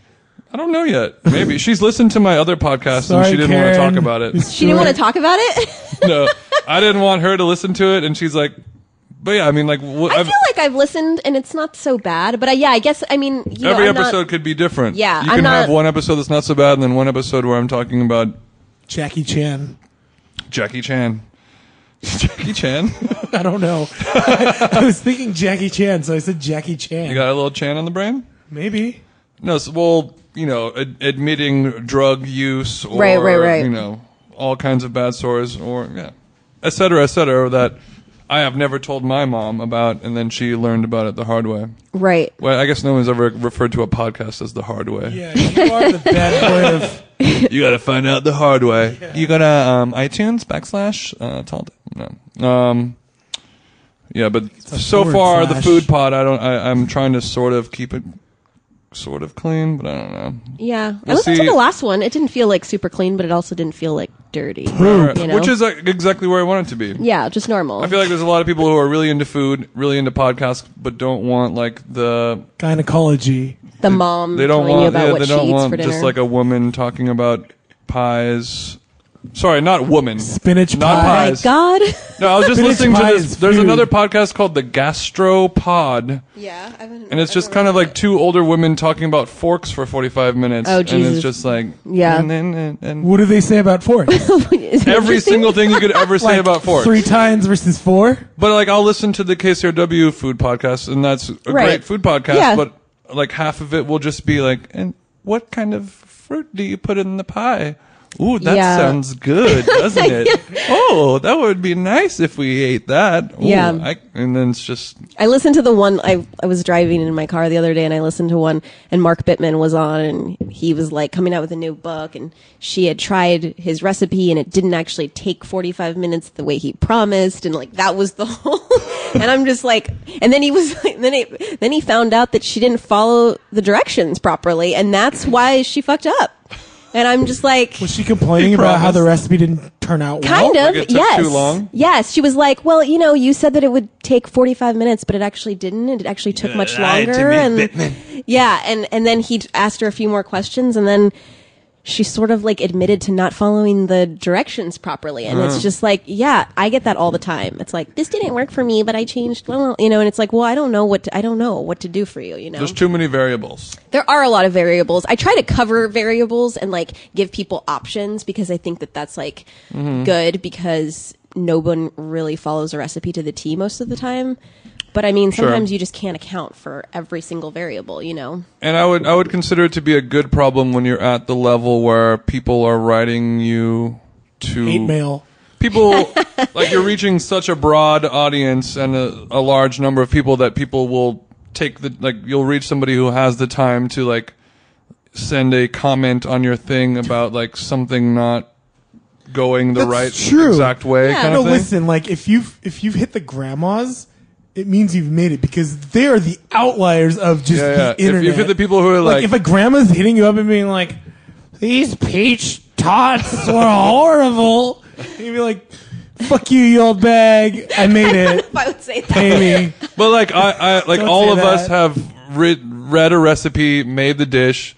Speaker 5: I don't know yet. Maybe she's listened to my other podcast and
Speaker 6: Sorry,
Speaker 5: she didn't want
Speaker 6: Karen.
Speaker 5: to talk about it.
Speaker 7: she didn't want to talk about it.
Speaker 5: no, I didn't want her to listen to it, and she's like, but yeah, I mean, like, what,
Speaker 7: I feel like I've listened and it's not so bad, but I, yeah, I guess I mean you
Speaker 5: Every
Speaker 7: know, I'm not-
Speaker 5: episode could be different.
Speaker 7: Yeah,
Speaker 5: you
Speaker 7: I'm
Speaker 5: can
Speaker 7: not-
Speaker 5: have one episode that's not so bad, and then one episode where I'm talking about
Speaker 6: Jackie Chan.
Speaker 5: Jackie Chan. Jackie Chan,
Speaker 6: I don't know. I, I was thinking Jackie Chan, so I said Jackie Chan.
Speaker 5: you got a little Chan on the brain?
Speaker 6: Maybe.
Speaker 5: No, so, well, you know, ad- admitting drug use, or
Speaker 7: Right, right, right.
Speaker 5: you know, all kinds of bad stories, or yeah, et cetera, et cetera, that I have never told my mom about, and then she learned about it the hard way.
Speaker 7: right.
Speaker 5: Well, I guess no one's ever referred to a podcast as the hard way.
Speaker 6: Yeah, you are the bad boy of.
Speaker 5: you gotta find out the hard way. You go to um, iTunes backslash uh, tall. No. Um, yeah, but
Speaker 6: a
Speaker 5: so
Speaker 6: forward
Speaker 5: far the
Speaker 6: slash.
Speaker 5: food pod. I don't. I, I'm trying to sort of keep it sort of clean, but I don't know.
Speaker 7: Yeah, I
Speaker 5: We'll
Speaker 7: listened
Speaker 5: see.
Speaker 7: to the last one. It didn't feel like super clean, but it also didn't feel like dirty. You know?
Speaker 5: Which is uh, exactly where I want it to be.
Speaker 7: yeah, just normal.
Speaker 5: I feel like there's a lot of people who are really into food, really into podcasts, but don't want like the
Speaker 6: Gynecology.
Speaker 7: the mom
Speaker 5: they don't
Speaker 7: telling
Speaker 5: want
Speaker 7: you about
Speaker 5: yeah,
Speaker 7: what
Speaker 5: they
Speaker 7: she
Speaker 5: don't
Speaker 7: eats
Speaker 5: want
Speaker 7: for dinner.
Speaker 5: just like a woman talking about pies. Sorry, not woman.
Speaker 6: Spinach
Speaker 5: Not
Speaker 6: pie.
Speaker 5: pies.
Speaker 7: Oh My God.
Speaker 5: No, I was just
Speaker 6: Spinach
Speaker 5: listening to
Speaker 6: pie
Speaker 5: this.
Speaker 6: is
Speaker 5: There's
Speaker 6: food.
Speaker 5: another podcast called the Gastropod,
Speaker 7: yeah, I haven't-
Speaker 5: and it's
Speaker 7: I've
Speaker 5: just
Speaker 7: never
Speaker 5: kind of
Speaker 7: heard
Speaker 5: like two older women talking about forks for 45 minutes.
Speaker 7: Oh,
Speaker 5: And it's
Speaker 7: Jesus.
Speaker 5: just like
Speaker 7: Yeah.
Speaker 5: and, and, and, and
Speaker 6: What do they say about forks?
Speaker 7: it.
Speaker 5: every single thing you could ever say
Speaker 6: Like,
Speaker 5: about forks.
Speaker 6: Three times versus four?
Speaker 5: But like, I'll listen to the KCRW food podcast, and that's a great
Speaker 7: Right.
Speaker 5: food podcast.
Speaker 7: Yeah.
Speaker 5: But like, half of it will just be like, and what kind of fruit do you put in the pie? Ooh, that
Speaker 7: Yeah.
Speaker 5: sounds good, doesn't it? Oh, that would be nice if we ate that. Ooh,
Speaker 7: Yeah.
Speaker 5: I, and then it's just
Speaker 7: I listened to the one I I was driving in my car the other day, and I listened to one, and Mark Bittman was on, and he was like coming out with a new book, and she had tried his recipe, and it didn't actually take forty five minutes the way he promised, and like that was the whole. and I'm just like, and then he was, like, then he then he found out that she didn't follow the directions properly, and that's why she fucked up. And I'm just like,
Speaker 6: Was she complaining about how the recipe didn't turn out well?
Speaker 7: Kind
Speaker 5: Like
Speaker 7: of,
Speaker 5: it took
Speaker 7: yes.
Speaker 5: too long?
Speaker 7: Yes, she was like, "Well, you know, you said that it would take forty-five minutes, but it actually didn't. and It actually took much longer." and yeah, and and then he t- asked her a few more questions, and then she sort of like admitted to not following the directions properly. And
Speaker 5: Uh-huh.
Speaker 7: it's just like, yeah, I get that all the time. It's like, this didn't work for me, but I changed, well, you know, and it's like, well, I don't know what, to, I don't know what to do for you, you know?
Speaker 5: There's too many variables.
Speaker 7: there are a lot of variables. I try to cover variables and like give people options because I think that that's like good because no one really follows a recipe to the T most of the time. But I mean, sometimes you just can't account for every single variable, you know?
Speaker 5: And I would I would consider it to be a good problem when you're at the level where people are writing you to
Speaker 6: Hate mail.
Speaker 5: People like you're reaching such a broad audience and a, a large number of people that people will take the like you'll reach somebody who has the time to like send a comment on your thing about like something not going the
Speaker 6: That's
Speaker 5: right
Speaker 6: true.
Speaker 5: exact way
Speaker 7: Yeah.
Speaker 5: kind
Speaker 6: No,
Speaker 5: of thing.
Speaker 6: listen. Like if you've if you've hit the grandmas, it means you've made it because they are the outliers of just
Speaker 5: Yeah, yeah. If
Speaker 6: the
Speaker 5: you
Speaker 6: internet.
Speaker 5: hit the people who are like-
Speaker 6: if a grandma's hitting you up and being like, "These peach tots were horrible," and you'd be like, "Fuck you, you old bag! I made it,
Speaker 7: I would say that.
Speaker 6: Amy."
Speaker 5: But like I, I like
Speaker 6: Don't
Speaker 5: all
Speaker 6: say
Speaker 5: of
Speaker 6: that.
Speaker 5: us have read, read a recipe, made the dish.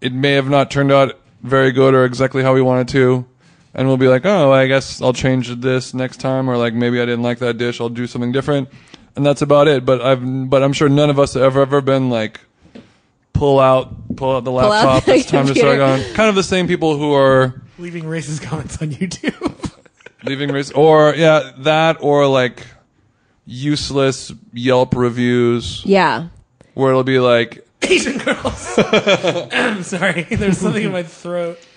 Speaker 5: It may have not turned out very good or exactly how we wanted to, and we'll be like, oh, I guess I'll change this next time, or like maybe I didn't like that dish, I'll do something different, and that's about it. But I've but I'm sure none of us have ever ever been like pull out pull out the
Speaker 7: out
Speaker 5: laptop.
Speaker 7: the
Speaker 5: it's time to
Speaker 7: computer.
Speaker 5: start going. Kind of the same people who are
Speaker 6: Leaving racist comments on YouTube.
Speaker 5: leaving race or yeah that or like useless Yelp reviews
Speaker 7: Yeah.
Speaker 5: where it'll be like
Speaker 6: Asian girls. I'm sorry. There's something in my throat.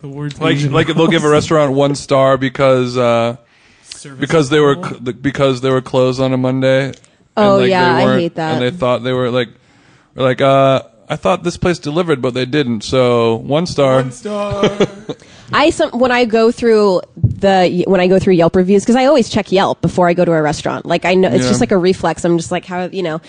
Speaker 6: The words
Speaker 5: like
Speaker 6: Asian
Speaker 5: like they'll give a
Speaker 6: girls.
Speaker 5: restaurant one star because uh,
Speaker 6: Service
Speaker 5: because they were
Speaker 6: level.
Speaker 5: cl- because they were closed on a Monday. and,
Speaker 7: Oh,
Speaker 5: like, they
Speaker 7: yeah, I
Speaker 5: weren't-
Speaker 7: hate that.
Speaker 5: And they thought they were like were like uh, I thought this place delivered, but they didn't. So one star.
Speaker 6: One star.
Speaker 7: I some when I go through the when I go through Yelp reviews because I always check Yelp before I go to a restaurant. Like I know it's
Speaker 5: Yeah.
Speaker 7: just like a reflex. I'm just like how you know.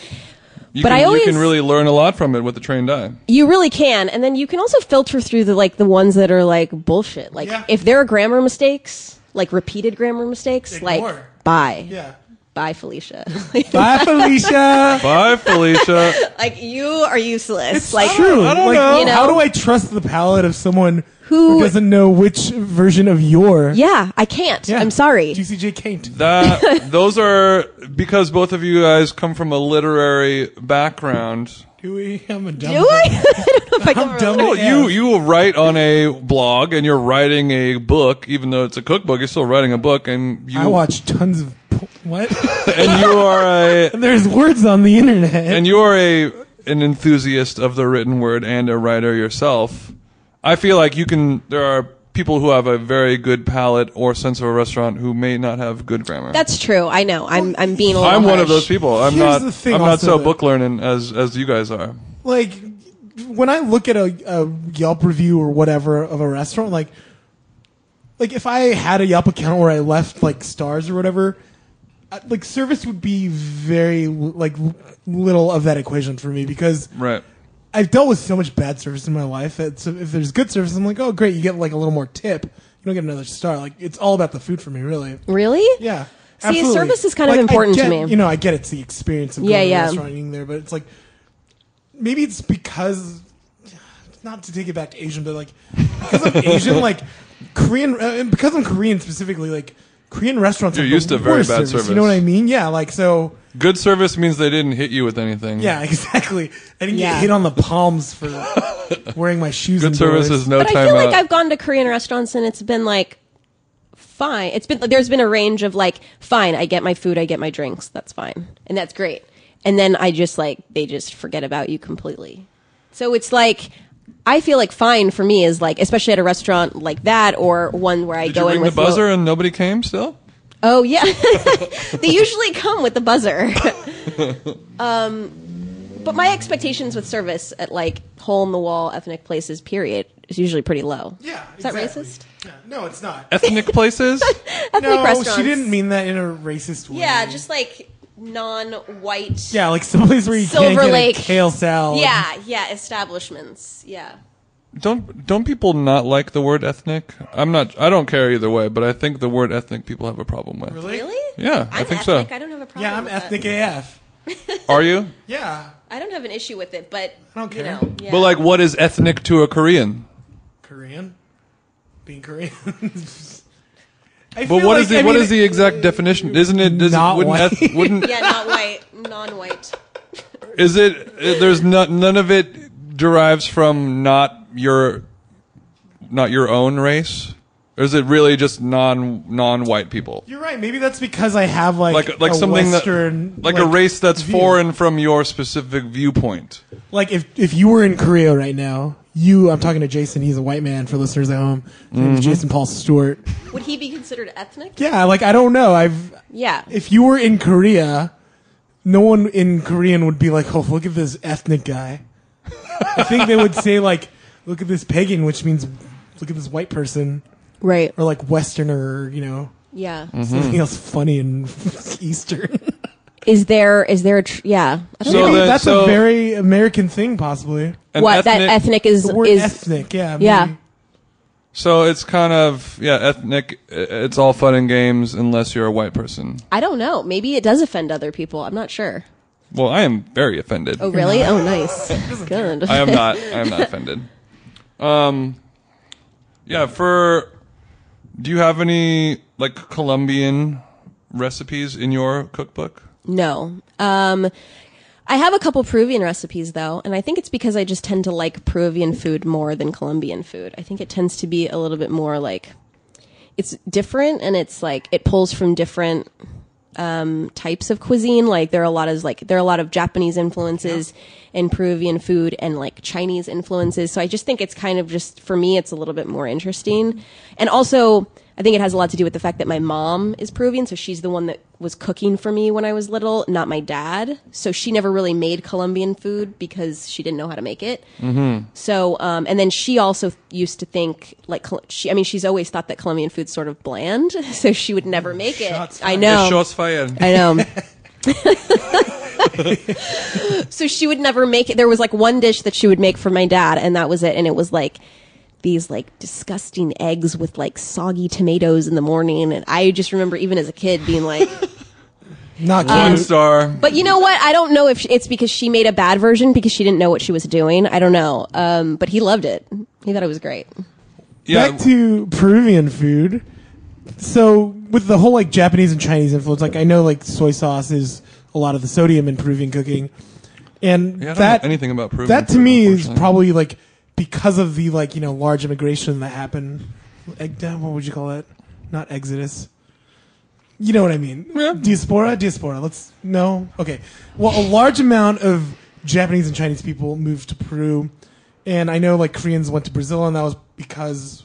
Speaker 5: You
Speaker 7: but
Speaker 5: can,
Speaker 7: I always-
Speaker 5: you can really learn a lot from it with the trained eye.
Speaker 7: You really can, and then you can also filter through the like the ones that are like bullshit. Like
Speaker 6: Yeah.
Speaker 7: if there are grammar mistakes, like repeated grammar mistakes, like
Speaker 6: Ignore.
Speaker 7: bye,
Speaker 6: yeah.
Speaker 7: bye Felicia.
Speaker 6: Bye, Felicia.
Speaker 5: Bye, Felicia.
Speaker 7: like you are useless. like
Speaker 6: True.
Speaker 5: I don't
Speaker 6: like,
Speaker 5: know.
Speaker 7: You know?
Speaker 6: How do I trust the palate of someone
Speaker 7: Who-
Speaker 6: who, doesn't know which version of your?
Speaker 7: yeah, I can't.
Speaker 6: Yeah.
Speaker 7: I'm sorry.
Speaker 6: GCJ can't.
Speaker 5: That those are because both of you guys come from a literary background.
Speaker 6: Do we? I'm a dumb.
Speaker 7: Do I? I don't know if I can. relate.
Speaker 6: dumb
Speaker 5: Well, you you write on a blog and you're writing a book, even though it's a cookbook. You're still writing a book, and you
Speaker 6: I watch tons of po- what?
Speaker 5: and you are a
Speaker 6: and there's words on the internet.
Speaker 5: and you are a an enthusiast of the written word and a writer yourself. I feel like you can. There are people who have a very good palate or sense of a restaurant who may not have good grammar.
Speaker 7: That's true. I know. I'm I'm being a little
Speaker 5: I'm one
Speaker 7: harsh.
Speaker 5: of those people. I'm
Speaker 6: Here's
Speaker 5: not.
Speaker 6: the thing
Speaker 5: I'm not
Speaker 6: also
Speaker 5: so
Speaker 6: that-
Speaker 5: book learning as as you guys are.
Speaker 6: like when I look at a, a Yelp review or whatever of a restaurant, like like if I had a Yelp account where I left like stars or whatever, I, like service would be very like little of that equation for me because
Speaker 5: Right.
Speaker 6: I've dealt with so much bad service in my life that so if there's good service, I'm like, oh great, you get like a little more tip. You don't get another star. Like it's all about the food for me, really.
Speaker 7: Really?
Speaker 6: Yeah.
Speaker 7: See, service is kind of
Speaker 6: Like, I
Speaker 7: important to
Speaker 6: get-
Speaker 7: me.
Speaker 6: You know, I get it's the experience of going
Speaker 7: Yeah,
Speaker 6: to
Speaker 7: yeah.
Speaker 6: a restaurant and eating there, but it's like maybe it's because not to take it back to Asian, but like because I'm Asian, like Korean, uh, and because I'm Korean specifically, like Korean restaurants
Speaker 5: You're
Speaker 6: have the
Speaker 5: used to very
Speaker 6: worst
Speaker 5: bad
Speaker 6: You
Speaker 5: service.
Speaker 6: know what I mean? Yeah, like so.
Speaker 5: Good service means they didn't hit you with anything.
Speaker 6: Yeah, exactly. I didn't
Speaker 7: Yeah.
Speaker 6: get hit on the palms for wearing my shoes.
Speaker 5: Good
Speaker 6: indoors.
Speaker 5: service is no
Speaker 7: but
Speaker 5: time
Speaker 7: I feel like
Speaker 5: out.
Speaker 7: I've gone to Korean restaurants and it's been like fine. It's been there's been a range of like fine, I get my food, I get my drinks, that's fine. And that's great. And then I just like they just forget about you completely. So it's like I feel like fine for me is like especially at a restaurant like that or one where I
Speaker 5: Did
Speaker 7: go
Speaker 5: you
Speaker 7: in
Speaker 5: ring the
Speaker 7: with
Speaker 5: buzzer
Speaker 7: low-
Speaker 5: and nobody came still?
Speaker 7: Oh yeah, they usually come with the buzzer. um, but my expectations with service at like hole in the wall ethnic places, period, is usually pretty low.
Speaker 6: Yeah,
Speaker 7: is that
Speaker 6: exactly.
Speaker 7: racist?
Speaker 6: Yeah. No, it's not.
Speaker 5: Ethnic places?
Speaker 7: Ethnic
Speaker 6: no,
Speaker 7: restaurants.
Speaker 6: she didn't mean that in a racist way.
Speaker 7: Yeah, just like non-white.
Speaker 6: Yeah, like someplace where you
Speaker 7: Silver
Speaker 6: can't get
Speaker 7: Lake.
Speaker 6: a kale salad.
Speaker 7: yeah, yeah, establishments. Yeah.
Speaker 5: Don't don't people not like the word ethnic? I'm not. I don't care either way, but I think the word ethnic people have a problem with.
Speaker 6: Really?
Speaker 7: Really?
Speaker 5: Yeah, I
Speaker 7: I'm
Speaker 5: think
Speaker 7: ethnic.
Speaker 5: so.
Speaker 7: I don't have a problem.
Speaker 6: Yeah, I'm
Speaker 7: with
Speaker 6: ethnic
Speaker 7: That.
Speaker 6: AF.
Speaker 5: Are you?
Speaker 6: Yeah.
Speaker 7: I don't have an issue with it, but
Speaker 6: I don't
Speaker 7: you
Speaker 6: care.
Speaker 7: know, yeah.
Speaker 5: But like, what is ethnic to a Korean?
Speaker 6: Korean, being Korean. I
Speaker 5: But
Speaker 6: feel
Speaker 5: what
Speaker 6: like-
Speaker 5: is the
Speaker 6: I
Speaker 5: what
Speaker 6: mean,
Speaker 5: is the exact definition? Isn't it? Is,
Speaker 6: Not
Speaker 5: not wouldn't
Speaker 6: white.
Speaker 5: eth- wouldn't
Speaker 7: Yeah, not white, non-white.
Speaker 5: is it? uh, There's not none of it derives from not your not your own race. Or is it really just non non white people?
Speaker 6: You're right. Maybe that's because I have like
Speaker 5: Like like
Speaker 6: a
Speaker 5: something
Speaker 6: Western,
Speaker 5: that like, a race that's
Speaker 6: view.
Speaker 5: foreign from your specific viewpoint.
Speaker 6: Like if if you were in Korea right now, you I'm talking to Jason. He's a white man for listeners at home. His name
Speaker 5: Mm-hmm.
Speaker 6: is Jason Paul Stewart.
Speaker 7: Would he be considered ethnic?
Speaker 6: Yeah, like I don't know. I've
Speaker 7: Yeah.
Speaker 6: if you were in Korea, no one in Korean would be like, "Oh, look at this ethnic guy." I think they would say like, "Look at this pagan," which means look at this white person
Speaker 7: Right.
Speaker 6: or like Westerner, or, you know,
Speaker 7: Yeah.
Speaker 5: Mm.
Speaker 6: something else funny and Eastern.
Speaker 7: Is there is there a tr- yeah? I don't
Speaker 5: So
Speaker 7: know.
Speaker 5: then-
Speaker 6: that's
Speaker 5: so-
Speaker 6: a very American thing, possibly.
Speaker 5: An
Speaker 7: what that ethnic is
Speaker 6: The word
Speaker 7: is
Speaker 6: ethnic, yeah, maybe.
Speaker 7: yeah.
Speaker 5: So it's kind of yeah, ethnic. i- It's all fun and games unless you're a white person.
Speaker 7: I don't know. Maybe it does offend other people. I'm not sure.
Speaker 5: Well, I am very offended.
Speaker 7: Oh really? Oh nice. Good.
Speaker 5: I am not. I am not offended. Um, yeah. For do you have any like Colombian recipes in your cookbook?
Speaker 7: No. Um, I have a couple Peruvian recipes though, and I think it's because I just tend to like Peruvian food more than Colombian food. I think it tends to be a little bit more like it's different and it's like it pulls from different um, types of cuisine. Like there are a lot of like there are a lot of Japanese influences in Peruvian food and like Chinese influences. So I just think it's kind of just for me, it's a little bit more interesting. And also, I think it has a lot to do with the fact that my mom is Peruvian, so she's the one that was cooking for me when I was little, not my dad. So she never really made Colombian food because she didn't know how to make it. So, um, and then she also used to think like Col- she. I mean, she's always thought that Colombian food's sort of bland, so she would never make it. I know.
Speaker 5: Shots fired.
Speaker 7: I know. so she would never make it. There was like one dish that she would make for my dad, and that was it. And it was like these like disgusting eggs with like soggy tomatoes in the morning. And I just remember even as a kid being like,
Speaker 6: Not cute.
Speaker 7: Um,
Speaker 5: One star.
Speaker 7: but you know what? I don't know if sh it's because she made a bad version because she didn't know what she was doing. I don't know. Um, but he loved it. He thought it was great.
Speaker 5: yeah.
Speaker 6: Back to Peruvian food. So with the whole like Japanese and Chinese influence, like I know like soy sauce is a lot of the sodium in Peruvian cooking,
Speaker 5: Yeah,
Speaker 6: and
Speaker 5: I don't
Speaker 6: that
Speaker 5: know anything about Peruvian
Speaker 6: that to
Speaker 5: food,
Speaker 6: me is
Speaker 5: unfortunately.
Speaker 6: probably like because of the like you know large immigration that happened. Egg, uh, what would you call that? Not exodus. You know what I mean? Diaspora, diaspora. Let's no. Okay. Well, a large amount of Japanese and Chinese people moved to Peru, and I know like Koreans went to Brazil, and that was because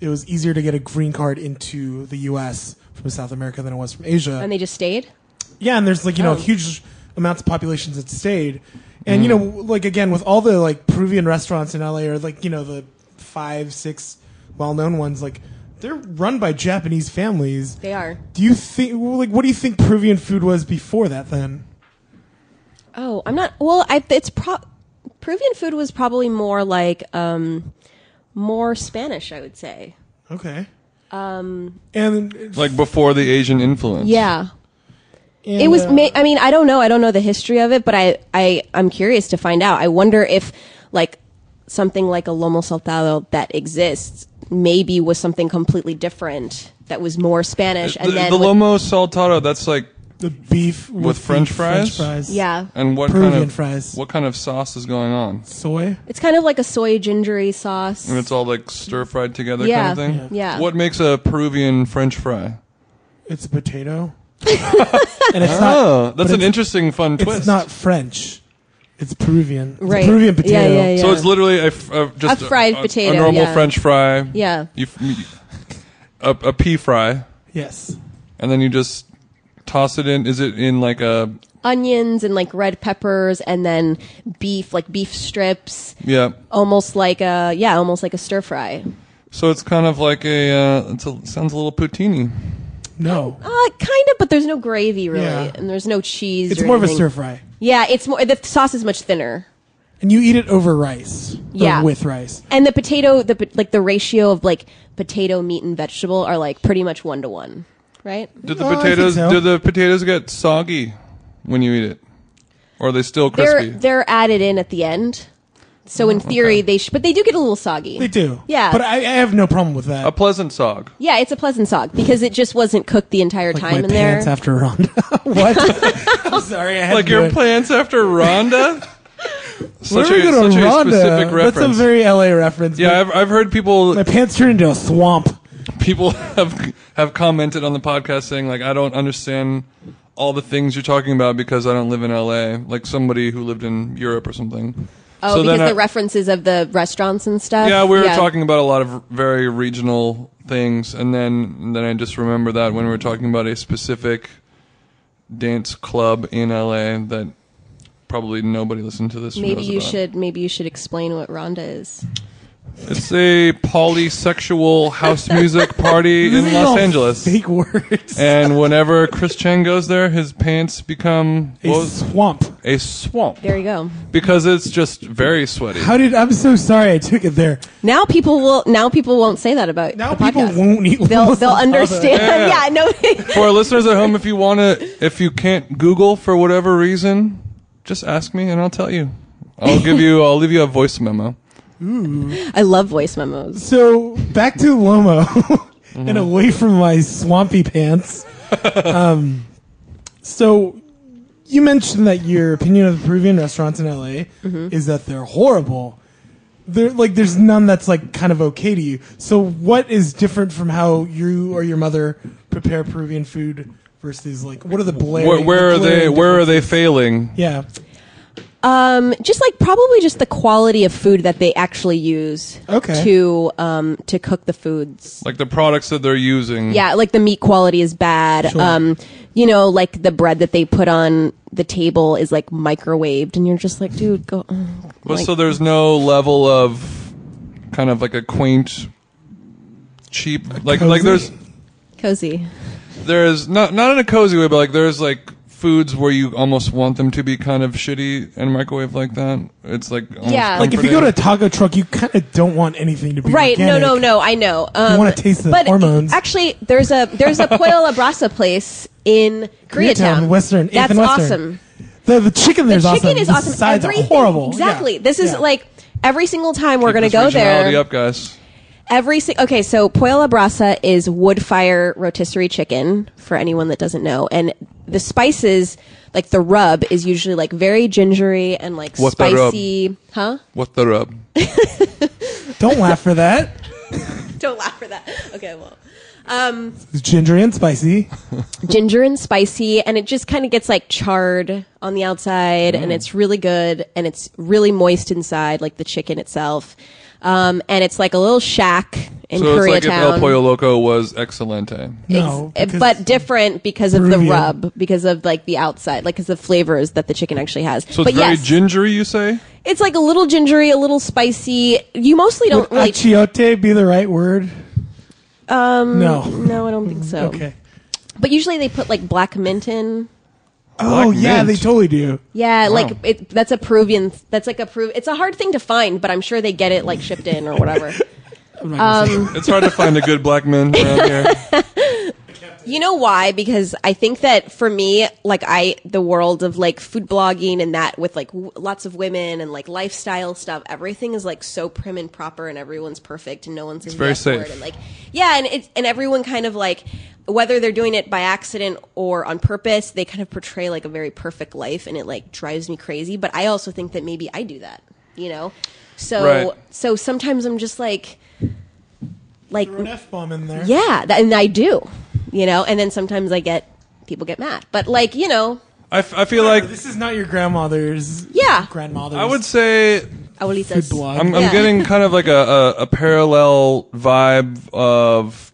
Speaker 6: it was easier to get a green card into the U.S. from South America than it was from Asia.
Speaker 7: And they just stayed.
Speaker 6: Yeah, and there's like
Speaker 7: Oh.
Speaker 6: you know huge amounts of populations that stayed, and you know
Speaker 7: Mm.
Speaker 6: like again with all the like Peruvian restaurants in LA or like you know the five six well-known ones like they're run by Japanese families.
Speaker 7: They are.
Speaker 6: Do you think well, like what do you think Peruvian food was before that then?
Speaker 7: Oh, I'm not. Well, I, it's pro. Peruvian food was probably more like um, more Spanish, I would say.
Speaker 6: Okay. Um and
Speaker 5: like before the Asian influence.
Speaker 7: Yeah,
Speaker 6: and,
Speaker 7: it was.
Speaker 6: uh,
Speaker 7: ma- I mean, I don't know. I don't know the history of it, but I, I, I'm curious to find out. I wonder if like something like a lomo saltado that exists maybe was something completely different that was more Spanish,
Speaker 5: The,
Speaker 7: and then
Speaker 5: the
Speaker 7: with-
Speaker 5: lomo saltado. That's like.
Speaker 6: the beef with,
Speaker 5: with
Speaker 6: the
Speaker 5: french fries?
Speaker 6: French fries.
Speaker 7: yeah.
Speaker 5: And what
Speaker 6: Uh, Peruvian
Speaker 5: kind of
Speaker 6: fries.
Speaker 5: what kind of sauce is going on?
Speaker 6: Soy.
Speaker 7: It's kind of like a soy gingery sauce.
Speaker 5: And it's all like stir fried together
Speaker 7: Yeah,
Speaker 5: kind of thing.
Speaker 7: yeah.
Speaker 5: What makes a Peruvian French fry?
Speaker 6: It's a potato. and it's
Speaker 5: Oh,
Speaker 6: not but
Speaker 5: that's an
Speaker 6: it's-
Speaker 5: interesting, fun twist.
Speaker 6: It's not French. It's Peruvian. It's a
Speaker 7: Right.
Speaker 6: Peruvian
Speaker 7: Yeah,
Speaker 6: potato.
Speaker 7: yeah, yeah.
Speaker 5: So it's literally a, f- a- just
Speaker 7: A fried potato,
Speaker 5: a normal
Speaker 7: yeah.
Speaker 5: French fry.
Speaker 7: Yeah.
Speaker 5: You, f- you- a, a pea fry,
Speaker 6: Yes.
Speaker 5: and then you just toss it in. Is it in like a
Speaker 7: onions and like red peppers and then beef like beef strips
Speaker 5: yeah?
Speaker 7: almost like a yeah almost like a stir fry
Speaker 5: So it's kind of like a. Uh, it's a sounds a little poutine.
Speaker 6: No.
Speaker 7: uh kind of but there's no gravy really
Speaker 6: Yeah.
Speaker 7: and there's no cheese
Speaker 6: It's
Speaker 7: or
Speaker 6: more of a
Speaker 7: anything.
Speaker 6: stir fry.
Speaker 7: yeah it's more the sauce is much thinner
Speaker 6: And you eat it over rice. or
Speaker 7: Yeah.
Speaker 6: with rice.
Speaker 7: and the potato the po- like the ratio of like potato meat and vegetable are like pretty much one to one right
Speaker 5: Do the
Speaker 6: Oh, I think
Speaker 5: potatoes?
Speaker 6: so.
Speaker 5: Do the potatoes get soggy when you eat it, or are they still
Speaker 7: they're
Speaker 5: crispy?
Speaker 7: they're added in at the end So in theory, they sh- but they do get a little soggy.
Speaker 6: They do.
Speaker 7: Yeah.
Speaker 6: But I, I have no problem with that.
Speaker 5: A pleasant sog.
Speaker 7: Yeah, it's a pleasant sog because it just wasn't cooked the entire
Speaker 6: like
Speaker 7: time
Speaker 6: my
Speaker 7: in
Speaker 6: pants
Speaker 7: there.
Speaker 6: after Rhonda. what? I'm sorry. I had
Speaker 5: Like
Speaker 6: to do
Speaker 5: your
Speaker 6: it.
Speaker 5: plants after Rhonda?
Speaker 6: Where
Speaker 5: such
Speaker 6: we
Speaker 5: a,
Speaker 6: go to
Speaker 5: such a
Speaker 6: Rhonda?
Speaker 5: specific reference.
Speaker 6: That's a very LA reference.
Speaker 5: yeah,
Speaker 6: but
Speaker 5: I've, I've heard people
Speaker 6: my pants turned into a swamp.
Speaker 5: people have have commented on the podcast saying like I don't understand all the things you're talking about because I don't live in LA. Like somebody who lived in Europe or something.
Speaker 7: Oh,
Speaker 5: then
Speaker 7: because
Speaker 5: I-
Speaker 7: the references of the restaurants and stuff.
Speaker 5: Yeah, we were talking about a lot of very regional things, and then and then I just remember that when we were talking about a specific dance club in LA that probably nobody listened to this.
Speaker 7: Maybe
Speaker 5: knows
Speaker 7: you
Speaker 5: about.
Speaker 7: should. Maybe you should explain what Rhonda is.
Speaker 5: It's a polysexual house music party in Los
Speaker 6: All
Speaker 5: Angeles.
Speaker 6: Fake words.
Speaker 5: And whenever Chris Chang goes there, his pants become
Speaker 6: a
Speaker 5: what was-
Speaker 6: swamp.
Speaker 5: a swamp
Speaker 7: There you go.
Speaker 5: because it's just very sweaty.
Speaker 6: How did? I'm so sorry. I took it there.
Speaker 7: Now people will. Now people won't say that about.
Speaker 6: Now
Speaker 7: the
Speaker 6: people
Speaker 7: podcast.
Speaker 6: won't eat.
Speaker 7: They'll
Speaker 6: Los
Speaker 7: they'll
Speaker 6: Alamos.
Speaker 7: understand.
Speaker 5: Yeah.
Speaker 7: Yeah, no.
Speaker 5: For our listeners at home, if you want to, if you can't Google for whatever reason, just ask me and I'll tell you. I'll give you, I'll leave you a voice memo.
Speaker 7: I love voice memos.
Speaker 6: So back to Lomo
Speaker 5: Mm-hmm.
Speaker 6: and away from my swampy pants. um, so you mentioned that your opinion of the Peruvian restaurants in LA
Speaker 5: Mm-hmm.
Speaker 6: is that they're horrible. There, like, there's none that's like kind of okay to you. So what is different from how you or your mother prepare Peruvian food versus like what are the blaring,
Speaker 5: Where, where
Speaker 6: the
Speaker 5: are they?
Speaker 6: blaring
Speaker 5: Where are they
Speaker 6: differences?
Speaker 5: failing?
Speaker 6: Yeah,
Speaker 7: Um, just like probably just the quality of food that they actually use.
Speaker 6: Okay.
Speaker 7: To um to cook the foods.
Speaker 5: Like the products that they're using.
Speaker 7: Yeah, like the meat quality is bad.
Speaker 6: Sure.
Speaker 7: Um, you know, like the bread that they put on the table is like microwaved, and you're just like, dude, go. mm,
Speaker 5: Well,
Speaker 7: like-
Speaker 5: so there's no level of kind of like a quaint, cheap, like like
Speaker 6: cozy?
Speaker 5: there's
Speaker 7: cozy.
Speaker 5: there's not not in a cozy way, but like there's like foods where you almost want them to be kind of shitty and microwave like that. It's like almost
Speaker 7: Yeah.
Speaker 6: like if you
Speaker 5: comforting.
Speaker 6: go to a taco truck, you kind of don't want anything to be
Speaker 7: Right? No,
Speaker 6: organic.
Speaker 7: no, no. I know. Um,
Speaker 6: wanna taste the
Speaker 7: but
Speaker 6: hormones.
Speaker 7: Actually, there's a there's a pollo a brasa place in Koreatown,
Speaker 6: Koreatown, Western, Eighth
Speaker 7: That's
Speaker 6: and Western.
Speaker 7: awesome.
Speaker 6: The, the chicken
Speaker 7: The
Speaker 6: there's
Speaker 7: chicken
Speaker 6: awesome.
Speaker 7: is
Speaker 6: The
Speaker 7: awesome.
Speaker 6: Sides
Speaker 7: Everything-
Speaker 6: are horrible.
Speaker 7: Exactly.
Speaker 6: Yeah.
Speaker 7: This is
Speaker 6: Yeah.
Speaker 7: like every single time we're going
Speaker 5: Keep
Speaker 7: to
Speaker 5: this
Speaker 7: go
Speaker 5: regionality
Speaker 7: there.
Speaker 5: up, guys.
Speaker 7: Every si- okay, so pollo a brasa is wood fire rotisserie chicken for anyone that doesn't know, and the spices like the rub is usually like very gingery and like
Speaker 5: What's the rub?
Speaker 7: spicy, huh?
Speaker 5: What the rub?
Speaker 6: Don't laugh for that.
Speaker 7: Don't laugh for that. Okay, well,
Speaker 6: It's gingery and spicy.
Speaker 7: ginger and spicy, and it just kind of gets like charred on the outside,
Speaker 5: Mm.
Speaker 7: and it's really good, and it's really moist inside, like the chicken itself, um, and it's like a little shack in
Speaker 5: So it's
Speaker 7: Koreatown.
Speaker 5: like if El Pollo Loco was excelente.
Speaker 6: No,
Speaker 7: Ex-
Speaker 6: because-
Speaker 7: eh, but different because of the
Speaker 6: Peruvian.
Speaker 7: rub, because of like the outside, like because the flavors that the chicken actually has.
Speaker 5: So it's
Speaker 7: but
Speaker 5: very
Speaker 7: yes,
Speaker 5: gingery, you say?
Speaker 7: it's like a little gingery, a little spicy. You mostly
Speaker 6: Would
Speaker 7: don't really.
Speaker 6: achiote be the right word? Um, no.
Speaker 7: no, I don't think so.
Speaker 6: Okay.
Speaker 7: But usually they put like black mint in.
Speaker 6: Oh
Speaker 5: Black
Speaker 6: yeah,
Speaker 5: mint.
Speaker 6: they totally do.
Speaker 7: Yeah,
Speaker 5: Wow.
Speaker 7: like it, that's a Peruvian. That's like a Peru. It's a hard thing to find, but I'm sure they get it like shipped in or whatever. Um,
Speaker 5: It's hard to find a good black man around here.
Speaker 7: You know why? Because I think that for me, like I, the world of like food blogging and that with like w- lots of women and like lifestyle stuff, everything is like so prim and proper and everyone's perfect and no one's it's
Speaker 5: very safe.
Speaker 7: and like yeah, and it's and everyone kind of like whether they're doing it by accident or on purpose, they kind of portray like a very perfect life and it like drives me crazy. But I also think that maybe I do that, you know. So
Speaker 5: Right.
Speaker 7: so sometimes I'm just like like
Speaker 6: Throw an f bomb in there.
Speaker 7: yeah, that, and I do, you know. And then sometimes I get people get mad, but like you know,
Speaker 5: I, f- I feel like
Speaker 6: this is not your grandmother's.
Speaker 7: Yeah.
Speaker 6: grandmother's.
Speaker 5: I would say
Speaker 7: abuelitas.
Speaker 6: food blog.
Speaker 5: I'm, I'm
Speaker 7: Yeah.
Speaker 5: getting kind of like a, a, a parallel vibe of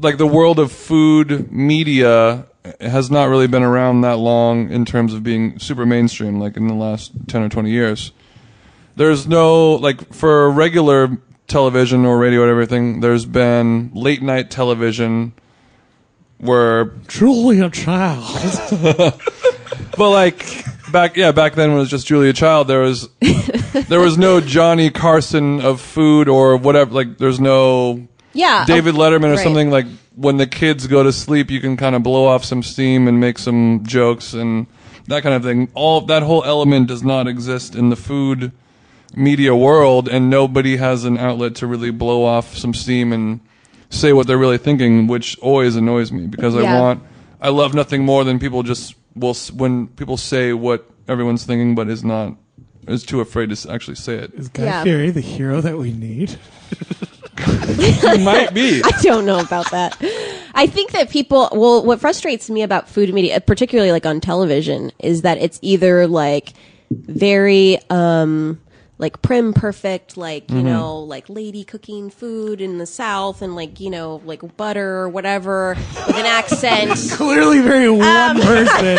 Speaker 5: like the world of food media has not really been around that long in terms of being super mainstream, like in the last 10 or 20 years. There's no, like, for regular television or radio and everything, there's been late night television where
Speaker 6: truly a child.
Speaker 5: but like back yeah back then when it was just Julia Child there was there was no Johnny Carson of food or whatever like there's no
Speaker 7: Yeah,
Speaker 5: David
Speaker 7: oh,
Speaker 5: Letterman or
Speaker 7: right.
Speaker 5: something like when the kids go to sleep you can kind of blow off some steam and make some jokes and that kind of thing all that whole element does not exist in the food media world, and nobody has an outlet to really blow off some steam and say what they're really thinking, which always annoys me because I
Speaker 7: Yeah.
Speaker 5: want, I love nothing more than people just will s- when people say what everyone's thinking, but is not is too afraid to s- actually say it.
Speaker 6: Is Guy
Speaker 7: Yeah.
Speaker 6: Fieri the hero that we need?
Speaker 5: It might be.
Speaker 7: I don't know about that. I think that people, well, what frustrates me about food media, particularly like on television, is that it's either like very, um, like prim perfect, like,
Speaker 5: Mm-hmm.
Speaker 7: you know, like lady cooking food in the South and like, you know, like butter or whatever with an accent
Speaker 6: Clearly, very one person.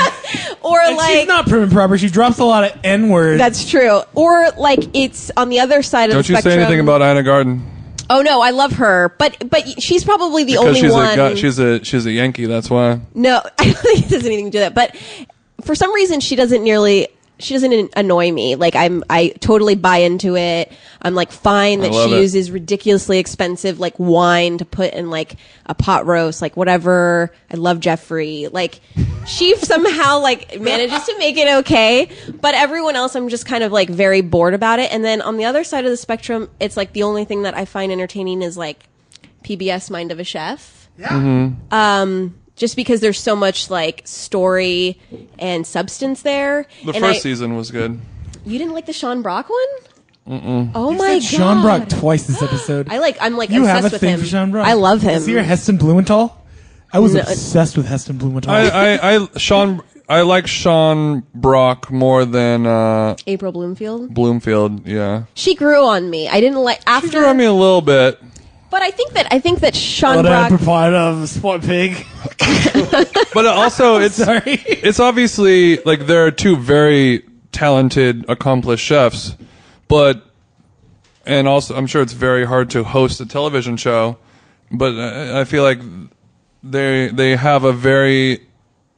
Speaker 7: or
Speaker 6: And
Speaker 7: Um, like.
Speaker 6: she's not prim and proper. She drops a lot of n words.
Speaker 7: that's true. Or like it's on the other side of
Speaker 5: Don't
Speaker 7: the
Speaker 5: you
Speaker 7: spectrum.
Speaker 5: say anything about Ina Garden
Speaker 7: Oh no, I love her, but but she's probably the
Speaker 5: because
Speaker 7: only
Speaker 5: she's
Speaker 7: one.
Speaker 5: a gu- she's a she's a Yankee. That's why.
Speaker 7: No, I don't think it has anything to do with that. But for some reason, she doesn't nearly. She doesn't an- annoy me. Like I'm, I totally buy into it. I'm like fine that
Speaker 5: love
Speaker 7: she
Speaker 5: it.
Speaker 7: uses ridiculously expensive like wine to put in like a pot roast, like whatever. I love Jeffrey. Like she somehow like manages to make it okay, but everyone else, I'm just kind of like very bored about it. And then on the other side of the spectrum, it's like the only thing that I find entertaining is like PBS Mind of a Chef Um, just because there's so much like story and substance there.
Speaker 5: The
Speaker 7: and I-
Speaker 5: first season was good.
Speaker 7: you didn't like the Sean Brock one? Mm-mm. Oh my god,
Speaker 6: Sean Brock twice this episode.
Speaker 7: I like. I'm like
Speaker 6: you
Speaker 7: obsessed
Speaker 6: have a
Speaker 7: with
Speaker 6: thing
Speaker 7: him.
Speaker 6: for Sean Brock.
Speaker 7: I love him.
Speaker 6: See your Heston Blumenthal. I was
Speaker 7: No.
Speaker 6: obsessed with Heston Blumenthal.
Speaker 5: I, I, I Sean I like Sean Brock more than uh,
Speaker 7: April Bloomfield.
Speaker 5: Bloomfield. Yeah,
Speaker 7: She grew on me. I didn't like after.
Speaker 5: she drew me a little bit.
Speaker 7: But I think that I think that Sean
Speaker 6: What a
Speaker 7: Brock.
Speaker 6: proprietor of Spot Pig.
Speaker 5: But also, it's
Speaker 6: Sorry.
Speaker 5: it's obviously like there are two very talented, accomplished chefs, but and also I'm sure it's very hard to host a television show, but I, I feel like they they have a very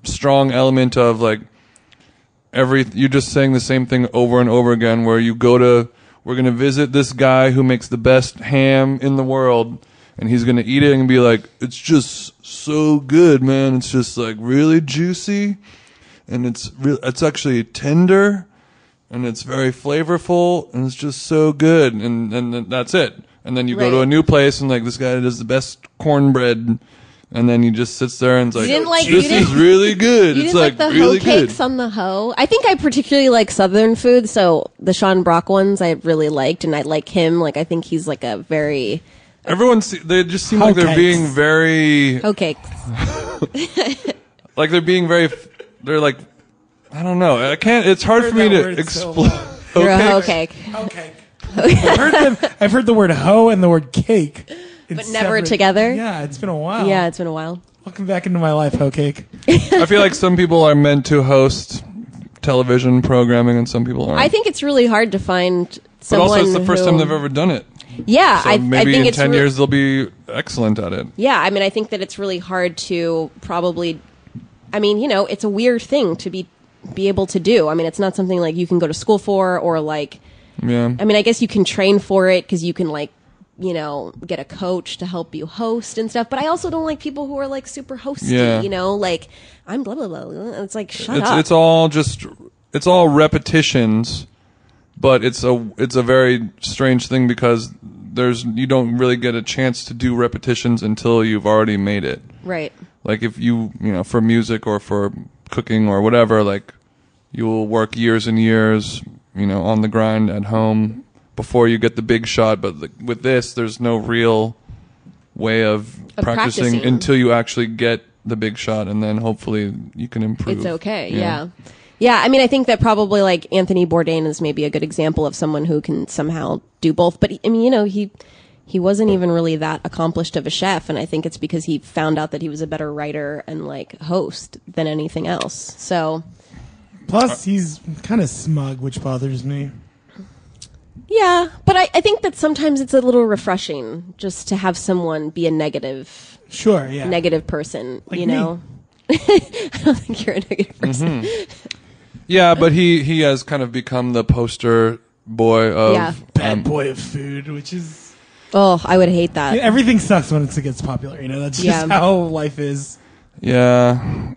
Speaker 5: strong element of like every you're just saying the same thing over and over again where you go to we're going to visit this guy who makes the best ham in the world and he's going to eat it and be like it's just so good man it's just like really juicy and it's real it's actually tender and it's very flavorful and it's just so good and and th- that's it and then you go to
Speaker 7: Right.
Speaker 5: a new place and like this guy does the best cornbread and then he just sits there and it's like, oh,
Speaker 7: didn't like- you
Speaker 5: this
Speaker 7: didn't-
Speaker 5: is really good.
Speaker 7: You
Speaker 5: it's
Speaker 7: didn't like, the
Speaker 5: really
Speaker 7: hoe
Speaker 5: good.
Speaker 7: cakes on the hoe. I think I particularly like Southern food, so the Sean Brock ones I really liked, and I like him. Like I think he's like a very
Speaker 5: Everyone, se- they just seem like they're
Speaker 6: Hotcakes.
Speaker 5: being very,
Speaker 7: hoe cakes.
Speaker 5: like they're being very, f- they're like, I don't know. I can't. It's hard for me
Speaker 6: that
Speaker 5: to
Speaker 6: word so
Speaker 5: explain.
Speaker 7: You're a hoe cake,
Speaker 6: Okay. I've, heard them, I've heard the word hoe and the word cake. in
Speaker 7: But never together?
Speaker 6: Yeah, it's been a
Speaker 5: Oh.
Speaker 6: while.
Speaker 7: Yeah, it's been a while.
Speaker 6: Welcome back into my life, hoe cake.
Speaker 5: I feel like some people are meant to host television programming, and some people aren't.
Speaker 7: I think it's really hard to find
Speaker 5: but
Speaker 7: someone.
Speaker 5: also, it's the first
Speaker 7: who-
Speaker 5: time they've ever done it.
Speaker 7: Yeah,
Speaker 5: So
Speaker 7: I,
Speaker 5: maybe
Speaker 7: I think
Speaker 5: in
Speaker 7: it's
Speaker 5: ten
Speaker 7: re-
Speaker 5: years they'll be excellent at it.
Speaker 7: Yeah, I mean, I think that it's really hard to probably. I mean, you know, it's a weird thing to be be able to do. I mean, it's not something like you can go to school for, or like.
Speaker 5: Yeah.
Speaker 7: I mean, I guess you can train for it because you can like you know get a coach to help you host and stuff. But I also don't like people who are like super hosty.
Speaker 5: Yeah.
Speaker 7: You know, like I'm blah blah blah. blah. It's like shut
Speaker 5: it's
Speaker 7: up.
Speaker 5: it's all just it's all repetitions, but it's a it's a very strange thing because there's you don't really get a chance to do repetitions until you've already made it.
Speaker 7: right.
Speaker 5: Like if you you know for music or for cooking or whatever, like you will work years and years, you know, on the grind at home before you get the big shot. But like, with this, there's no real way of,
Speaker 7: Of
Speaker 5: practicing,
Speaker 7: practicing.
Speaker 5: until you actually get the big shot, and then hopefully you can improve.
Speaker 7: It's okay.
Speaker 5: you know?
Speaker 7: Yeah. Yeah. I mean, I think that probably like Anthony Bourdain is maybe a good example of someone who can somehow do both. But I mean, you know, he, he wasn't even really that accomplished of a chef. And I think it's because he found out that he was a better writer and like host than anything else. So
Speaker 6: Plus, he's kind of smug, which bothers me.
Speaker 7: yeah, but I, I think that sometimes it's a little refreshing just to have someone be a negative,
Speaker 6: Sure, yeah.
Speaker 7: negative person,
Speaker 6: Like
Speaker 7: you
Speaker 6: me.
Speaker 7: know? I don't think you're a negative person.
Speaker 5: Yeah, but he he has kind of become the poster boy of
Speaker 7: Yeah.
Speaker 6: Bad boy of food, which is
Speaker 7: Oh, I would hate that.
Speaker 6: everything sucks when it gets popular. You know, that's just
Speaker 7: Yeah.
Speaker 6: how life is.
Speaker 5: yeah.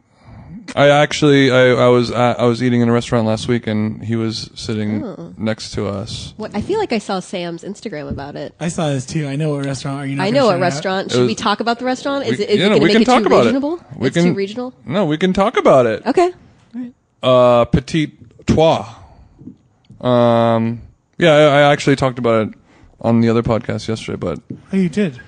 Speaker 5: I actually, I, I was, I, I was eating in a restaurant last week, and he was sitting
Speaker 7: Oh.
Speaker 5: next to us.
Speaker 7: What, I feel like I saw Sam's Instagram about it.
Speaker 6: I saw this too. I know what restaurant. Are you? Not
Speaker 7: I
Speaker 6: gonna
Speaker 7: know
Speaker 6: shout
Speaker 7: a
Speaker 6: it out?
Speaker 7: restaurant. Should
Speaker 5: was-
Speaker 7: we talk about the restaurant? Is,
Speaker 5: We-
Speaker 7: it is
Speaker 5: yeah,
Speaker 7: it going
Speaker 5: we
Speaker 7: to
Speaker 5: can
Speaker 7: make it
Speaker 5: talk
Speaker 7: too
Speaker 5: about
Speaker 7: regional?
Speaker 5: it. We
Speaker 7: it's
Speaker 5: can,
Speaker 7: too regional.
Speaker 5: No, we can talk about it.
Speaker 7: Okay.
Speaker 5: Uh, Petite Trois. Um, yeah, I, I actually talked about it on the other podcast yesterday, but
Speaker 6: Oh, you did.